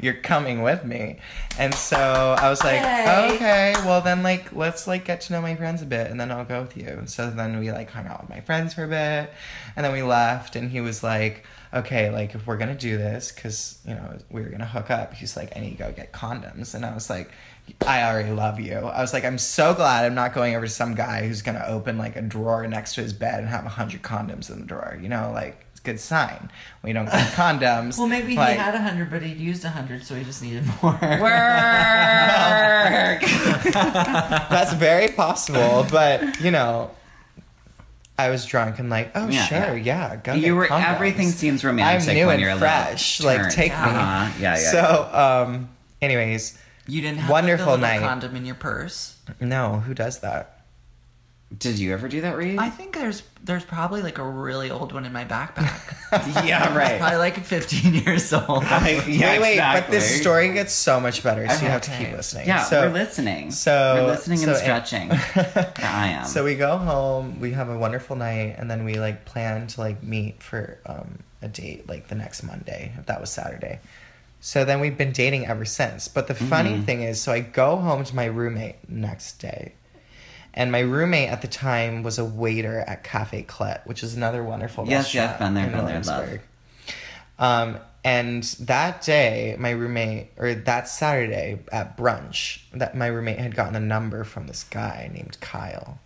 you're coming with me and so i was like
Hey.
okay well then like let's like get to know my friends a bit and then i'll go with you and so then we like hung out with my friends for a bit and then we left and he was like okay like if we're gonna do this because you know we were gonna hook up he's like i need to go get condoms and i was like i already love you i was like i'm so glad i'm not going over to some guy who's gonna open like a drawer next to his bed and have a hundred condoms in the drawer you know like it's a good sign we don't get condoms
well, maybe
like,
he had a hundred, but he used a hundred, so he just needed more.
work. That's very possible, but you know, I was drunk and like, oh
Yeah,
sure, yeah, go.
You
get
were
condoms.
everything seems romantic
I'm new
when
and
you're a
fresh.
little
Like,
turned.
take me.
Uh-huh. Yeah, yeah.
So, um, anyways,
You didn't have
Wonderful
like, a
night.
little condom in your purse.
no, who does that?
did you ever do that, Reed?
I think there's there's probably like a really old one in my backpack.
yeah, right.
probably like 15 years old.
yeah,
wait, wait, but this
exactly.
story gets so much better, so you have to
Okay.
keep listening.
Yeah,
so,
we're listening.
so-
we're listening and
so-
stretching. Yeah, I am.
So we go home, we have a wonderful night, and then we like plan to like meet for um, a date like the next Monday, if that was Saturday. So then we've been dating ever since. But the funny
Mm.
thing is, so I go home to my roommate next day. And my roommate at the time was a waiter at Cafe Clet, which is another wonderful
Yes, yeah, I've been
restaurant
there,
in
been there, love.
Williamsburg. Um, and that day, my roommate, or that Saturday at brunch, that my roommate had gotten a number from this guy named Kyle,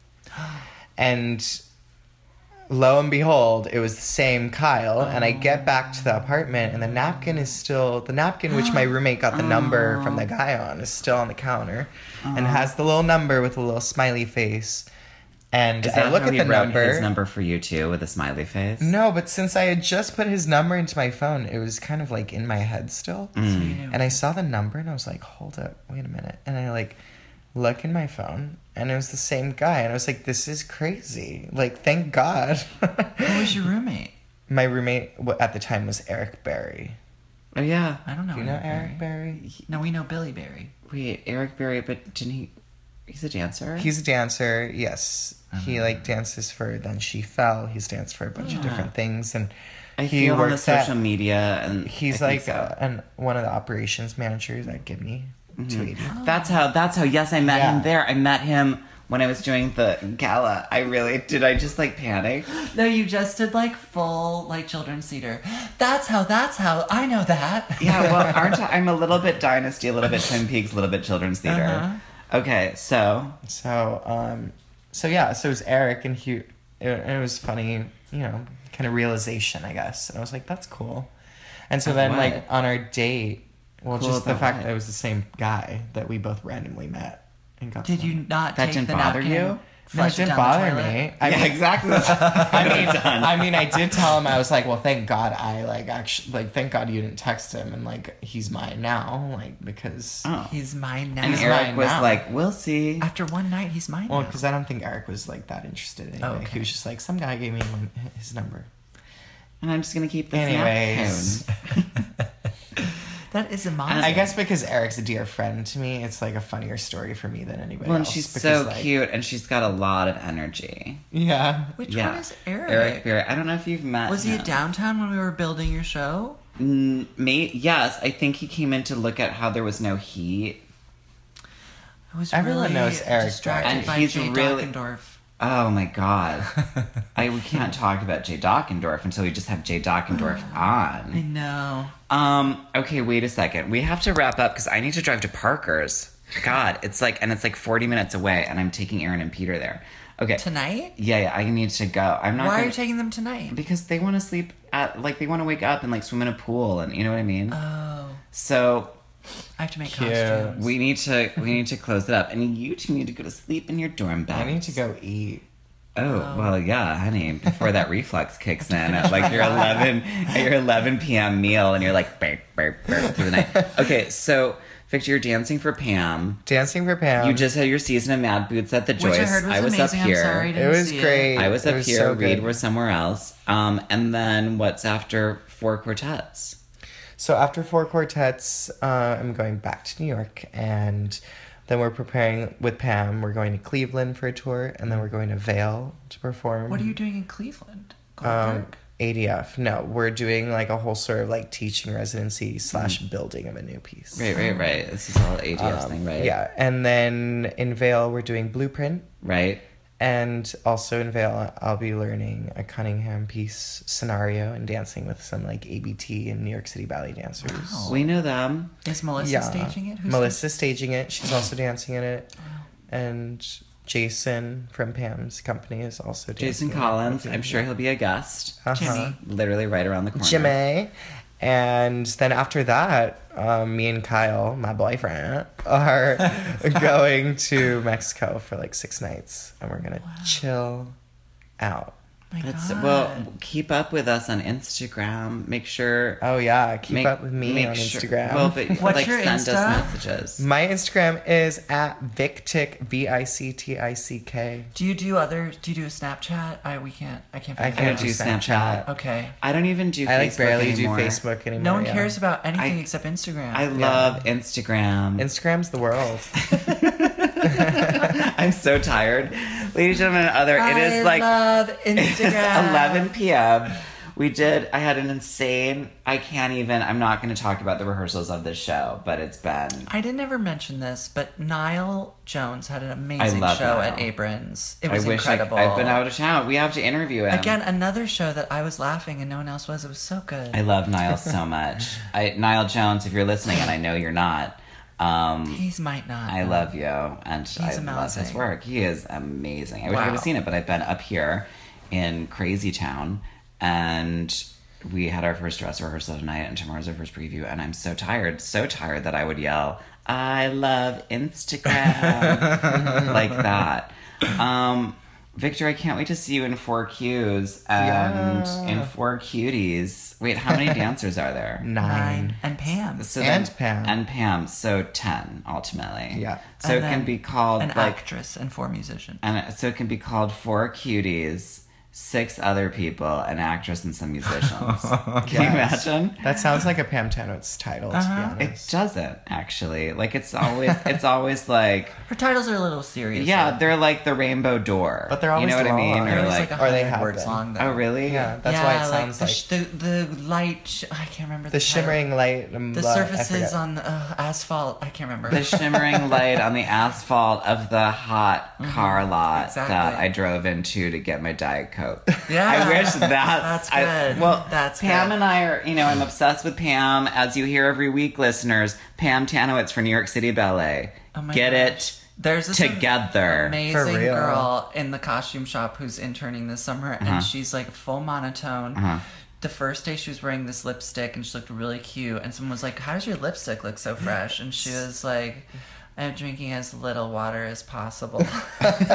and lo and behold, it was the same Kyle. And I get back to the apartment, and the napkin is still the napkin which my roommate got the number from the guy on is still on the counter, and has the little number with a little smiley face. And
Is
I
that
look
how
at
he
the
wrote
number.
His number for you too, with a smiley face.
No, but since I had just put his number into my phone, it was kind of like in my head still.
Mm.
And I saw the number and I was like, hold up, wait a minute. And I like look in my phone and it was the same guy. And I was like, this is crazy. Like, thank God.
Who was your roommate?
my roommate w- at the time was Eric Berry.
Oh yeah.
I don't know.
Do you know Eric
Berry.
Berry?
No, we know Billy Barry.
Wait, Eric Berry, but didn't he? He's a dancer.
He's a dancer, yes. He like dances for Then She Fell. He's danced for a bunch of
Yeah.
different things. And
Ah. I
he
feel on the
works at-
social media, and
He's
I
like
think
uh,
so. Mm-hmm.
an, one of the operations managers at Gibney. 280.
that's how. That's how. Yes, I met him
Yeah.
there. I met him when I was doing the gala. I really did. I just like panic.
No, you just did like full like children's theater. That's how. That's how. I know that.
Yeah, well, aren't I? I'm a little bit Dynasty, a little bit Twin Peaks, a little bit children's
Uh-huh.
theater. Okay, so
So, um, so yeah, so it was Eric, and he, it, it was funny, you know, kind of realization, I guess. And I was like, that's cool. And so
Of
then,
what?
like, on our date, well,
Cool
just the
about
fact
what?
that it was the same guy that we both randomly met and got.
Did
to
you
know.
not
That
take
didn't
the
bother
napkin?
you?
and
No,
flush
it didn't
down the
bother
toilet?
me. I
yeah,
mean,
exactly.
I mean,
done.
I mean, I did tell him. I was like, "Well, thank God I like actually like thank God you didn't text him and like he's mine now like because
Oh.
He's mine now.
and
He's
Eric
mine
was
now.
like, "We'll see."
After one night, he's mine.
Well,
now.
because I don't think Eric was like that interested. Anyway.
Oh,
He
okay.
was just like some guy gave me my, his number.
And I'm just gonna keep this.
Anyways,
napkin.
that is a mine.
I guess because Eric's a dear friend to me, it's like a funnier story for me than anybody
Well, and
else.
she's so
because, like,
cute, and she's got a lot of energy.
Yeah.
Which
yeah,
one is Eric?
Eric Berry. I don't know if you've met.
Was he
him.
at downtown when we were building your show?
Mm, may- yes, I think he came in to look at how there was no heat.
I was
Everyone
really
knows Eric
distracted
Berry. And
by
he's
Jay
really-
Dockendorf.
Oh my god, I we can't talk about Jay Dockendorf until we just have Jay Dockendorf
I
on.
know.
Um. Okay, wait a second. We have to wrap up because I need to drive to Parker's. God, it's like and it's like forty minutes away, and I'm taking Aaron and Peter there. Okay.
Tonight?
Yeah, yeah. I need to go. I'm not.
Why are
gonna-
you taking them tonight?
because they want to sleep at like they want to wake up and like swim in a pool and you know what I mean.
Oh,
so
I have to make
Cute.
costumes.
we need to we need to close it up, and you two need to go to sleep in your dorm bed.
I need to go eat.
Oh well, yeah, honey. Before that reflux kicks in at like your eleven at your eleven p.m. meal, and you're like burp burp burp through the night. Okay, so Victor, you're dancing for Pam.
Dancing for Pam.
you just had your season of Mad Boots at the
Which
Joyce.
I heard was,
up
amazing.
here.
I'm sorry. I
It
didn't
was
see
great.
I was
It
up
was
here.
so
Reed
good.
was somewhere else. Um, and then what's after four quartets?
So after four quartets, uh, I'm going back to New York, and then we're preparing with Pam. We're going to Cleveland for a tour, and then we're going to Vale to perform.
What are you doing in Cleveland?
Um,
Goldberg?
ADF. No, we're doing like a whole sort of like teaching residency slash building of a new piece.
Right, right, right. This is all ADS
Um,
thing, right?
Yeah, and then in Vale we're doing Blueprint,
Right.
and also in Vale I'll be learning a Cunningham piece scenario and dancing with some like ABT and New York City ballet dancers.
Oh.
We know them.
Is Melissa staging it?
Melissa's staging it. She's also dancing in it. And Jason from Pam's company is also dancing.
Jason
in it. Uh-huh.
Collins. I'm sure he'll be a guest.
Jimmy.
Literally right around the corner.
Jimmy. And then after that, um, me and Kyle, my boyfriend, are going to Mexico for like six nights, and we're gonna chill out.
My
That's
God.
well. Keep up with us on Instagram. Make sure.
Oh yeah, keep
make-
up with me
make
on
sure-
Instagram.
Well, but
What's
like
your
send
Insta?
us messages.
my Instagram is at Victic V I C T I C K.
Do you do other? Do you do a Snapchat? I we can't. I can't.
I
I
don't
can't
do Snapchat.
Okay.
I don't even do.
I like
Facebook
barely
anymore.
do Facebook anymore.
No one
yeah.
cares about anything
I-
except Instagram.
I love Instagram.
Instagram's the world.
I'm so tired. Ladies, gentlemen, and other, it is like
love
it is
Instagram.
11 p.m. We did. I had an insane. I can't even. I'm not going to talk about the rehearsals of this show, but it's been.
I didn't ever mention this, but Niall Jones had an amazing
love
show
Niall.
at Abrams. It
I
was
wish
incredible.
I, have been out of town. We have to interview him
Again, another show that I was laughing and no one else was. It was so good.
I love Niall so much. I, Niall Jones, if you're listening, and I know you're not. Um,
He's might not.
I love you, and I love his
amazing.
work. He is amazing. I wish I
Wow.
could have seen it, but I've been up here in Crazy Town, and we had our first dress rehearsal tonight, and tomorrow's our first preview, and I'm so tired, so tired that I would yell, "I love Instagram" like that. Um, Victor, I can't wait to see you in four Qs and in four cuties. Wait, how many dancers are there?
Nine.
Nine and Pam.
So
And
then-
Pam.
And Pam. So 10, ultimately.
Yeah.
So
And
it can
then
be called
An
like,
actress and four musicians.
and it- so it can be called four cuties, six other people, an actress, and some musicians. can you
Yes.
imagine?
That sounds like a Pam Tanowitz title,
Uh-huh.
to be
It
honest.
doesn't actually. Like it's always, it's always like,
Her titles are a little serious.
yeah,
though.
they're like the rainbow door.
But they're
you know what
always
I mean?
long.
Or
They're
like,
like,
or
or
they
they
have
words
been.
long. Though.
oh really?
yeah, that's
yeah,
why it
like
sounds
the,
like
sh- the the light. Sh- I can't remember
the
title.
shimmering light.
The surfaces on the uh, asphalt. I can't remember.
The shimmering light on the asphalt of the hot car lot
Mm-hmm. exactly.
that I drove into to get my Diet Coke.
Yeah.
I wish that's,
That's
I-
good.
well,
That's
Pam
good.
and I are. You know, I'm obsessed with Pam. As you hear every week, listeners, Pam Tanowitz for New York City Ballet.
Oh my
Get
gosh.
it
There's this
together.
For
amazing
real.
girl in the costume shop who's interning this summer,
Uh-huh.
and she's like full monotone. The first day she was wearing this lipstick, and she looked really cute. And someone was like, "How does your lipstick look so fresh?" And she was like. I'm drinking as little water as possible. and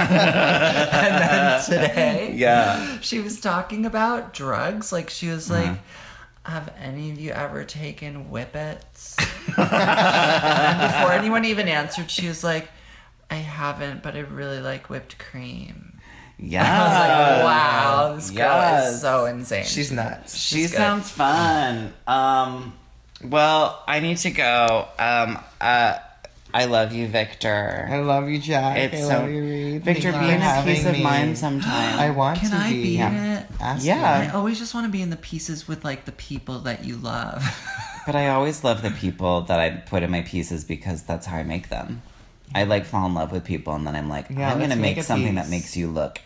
then today,
Yeah.
she was talking about drugs. Like she was like, "Have any of you ever taken whippets?" and before anyone even answered, she was like, "I haven't, but I really like whipped cream." I was
Yeah.
like, oh, "Wow, this girl
Yes.
is so insane."
She's nuts.
She
good.
sounds fun. Um, well, I need to go. Um, uh, I love you, Victor.
I love you, Jack.
It's
I
so
love you, Reed.
Victor,
Thank
be
you for
in a
having
piece of
me.
mind sometime.
I want
Can
to
I be in
yeah.
it?
Ask
Yeah.
me.
I always just want to be in the pieces with like the people that you love.
But I always love the people that I put in my pieces because that's how I make them. I like fall in love with people and then I'm like,
Yeah,
I'm gonna
let's
make,
make a
something that
piece.
makes you look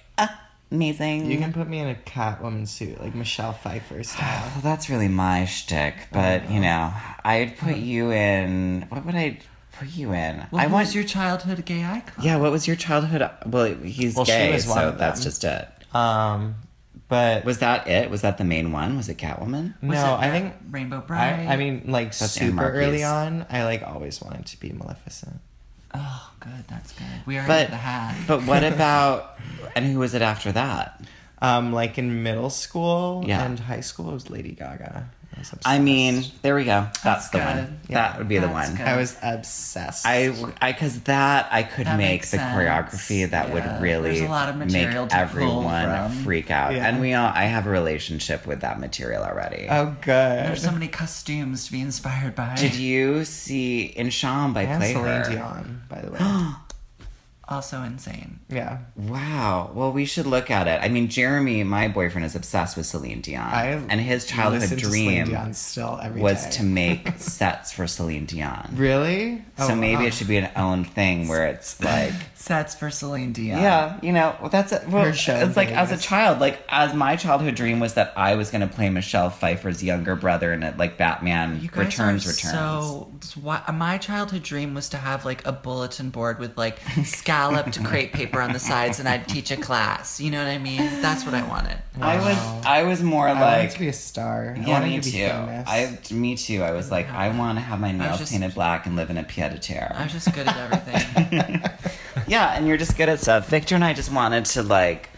amazing.
You can put me in a Catwoman suit, like Michelle Pfeiffer style.
Well, Oh, that's really my shtick, but you know, I'd put you in. What would I put you in?
Well,
I
I
want
was your childhood gay icon.
Yeah, what was your childhood? Well, he's
Well, she
gay,
was one
so
of
that's
them.
just it.
Um, but
Was that it? Was that the main one? Was it Catwoman?
no,
it
I
Ra-
think
Rainbow Bright.
I, I mean, like
That's Anne
super
Markey's.
early on, I like always wanted to be Maleficent.
oh, good, that's good. We already
But
have the hat.
but what about and who was it after that?
Um, like in middle school
Yeah.
and high school, it was Lady Gaga. I was obsessed.
I mean, there we go. That's, the
good.
one.
Yeah.
That would be the
That's
one.
good.
I was obsessed.
I I because that I could
That
make
makes
the
sense.
choreography that
Yeah.
would really
There's a lot of material
make
to pull
everyone
from.
freak out.
Yeah.
And we all I have a relationship with that material already.
oh good.
There's so many costumes to be inspired by.
Did you see in Sham by
and
Play
Celine
Her?
Dion, by the way.
Also insane.
yeah,
Wow. Well, we should look at it. I mean, Jeremy, my boyfriend, is obsessed with Celine Dion,
I
and his childhood
listen to Celine
dream
Dion still every
was
day.
to make sets for Celine Dion.
really.
so
Oh,
maybe
wow.
it should be an own thing where it's like.
Sets for Celine Dion.
Yeah, you know, well, that's a, well,
Her show
it's like as a
Vegas.
child, like as my childhood dream was that I was going to play Michelle Pfeiffer's younger brother in it, like Batman
You guys
Returns
are
Returns.
So, so why- my childhood dream was to have like a bulletin board with like scalloped crepe paper on the sides, and I'd teach a class. You know what I mean? That's what I wanted.
I was, I was more
I wanted
like,
to be a star. I
yeah,
wanted
me
to be
too.
famous.
I, me too. I was like, I want to have my nails
just-
painted black and live in a pied a
I
terre.
was just good at everything.
Yeah, and you're just good at stuff. Victor and I just wanted to like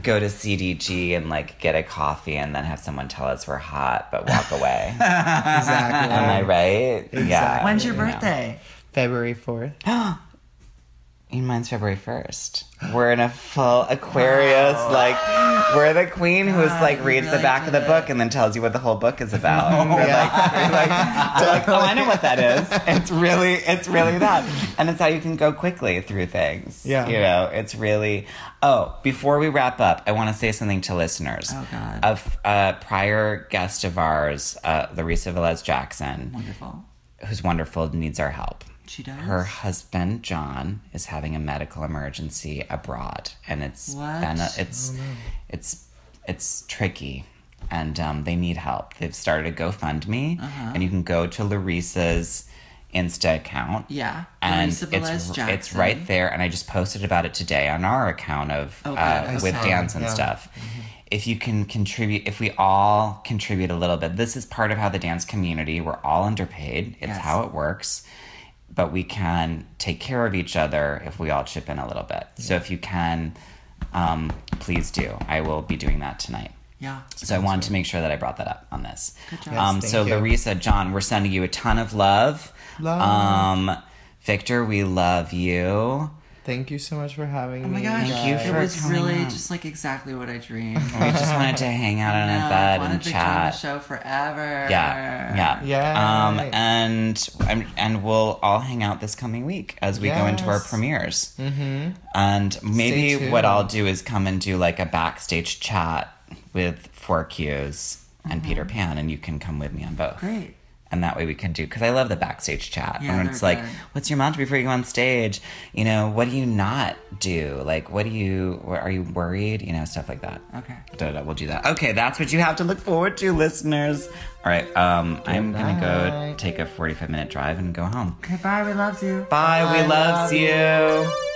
go to CDG and like get a coffee and then have someone tell us we're hot but walk away. Am
exactly.
I right? Yeah.
Exactly.
When's your
you know.
birthday?
February fourth.
And mine's February 1st. We're in a full Aquarius, like, we're the queen who's like
you
reads the
really
back of the
did
book and then tells you what the whole book is about. We're
yeah.
like, we're like, we're like, oh, I know what that is. It's really, it's really that. And it's how you can go quickly through things.
Yeah.
You know, it's really, oh, before we wrap up, I want to say something to listeners.
Oh, God.
A f- a prior guest of ours, uh, Larissa Velez Jackson,
Wonderful.
who's wonderful, needs our help.
She does?
Her husband John is having a medical emergency abroad, and it's
What?
been a- it's it's it's tricky, and um, they need help. They've started a GoFundMe,
Uh-huh.
and you can go to Larissa's Insta account.
Yeah,
and
Larissa
it's
Velez
it's
Jackson.
right there, and I just posted about it today on our account of
Oh, good. I
uh, with
saw
dance and
yeah.
stuff. If you can contribute, if we all contribute a little bit, this is part of how the dance community, we're all underpaid. It's
Yes.
how it works. But we can take care of each other if we all chip in a little bit. So if you can, um, please do. I will be doing that tonight.
Yeah.
So I wanted to make sure that I brought that up on this.
job.
Um,
Yes,
so
thank you.
Larissa, John, we're sending you a ton of love.
Love.
Um, Victor, we love you.
Thank you so much for having
Oh my
me.
gosh.
Thank you
it
for
was
coming
really
out.
just like exactly what I dreamed.
We just wanted to hang out on
Yeah,
a
I
bed
wanted
and
to join the
chat.
show forever.
Yeah, yeah,
Yeah.
Um, and I'm- and we'll all hang out this coming week as we go into our
Yes.
premieres. Mm-hmm. And maybe
tuned.
what I'll do is come and do like a backstage chat with Four Qs and Peter Pan, and you can come with me on both.
Great.
And that way we can do because I love the backstage chat.
Yeah,
and
they're
it's like,
good.
what's your mantra before you go on stage? You know, what do you not do? Like, what do you? what- Are you worried? You know, stuff like that.
Okay.
Da, da, we'll do that. Okay, that's what you have to look forward to, listeners. All right, um, I'm gonna go
Goodbye.
take a 45 minute drive and go home.
Okay, bye. We love you.
Bye, we
Bye,
loves
love you.
you.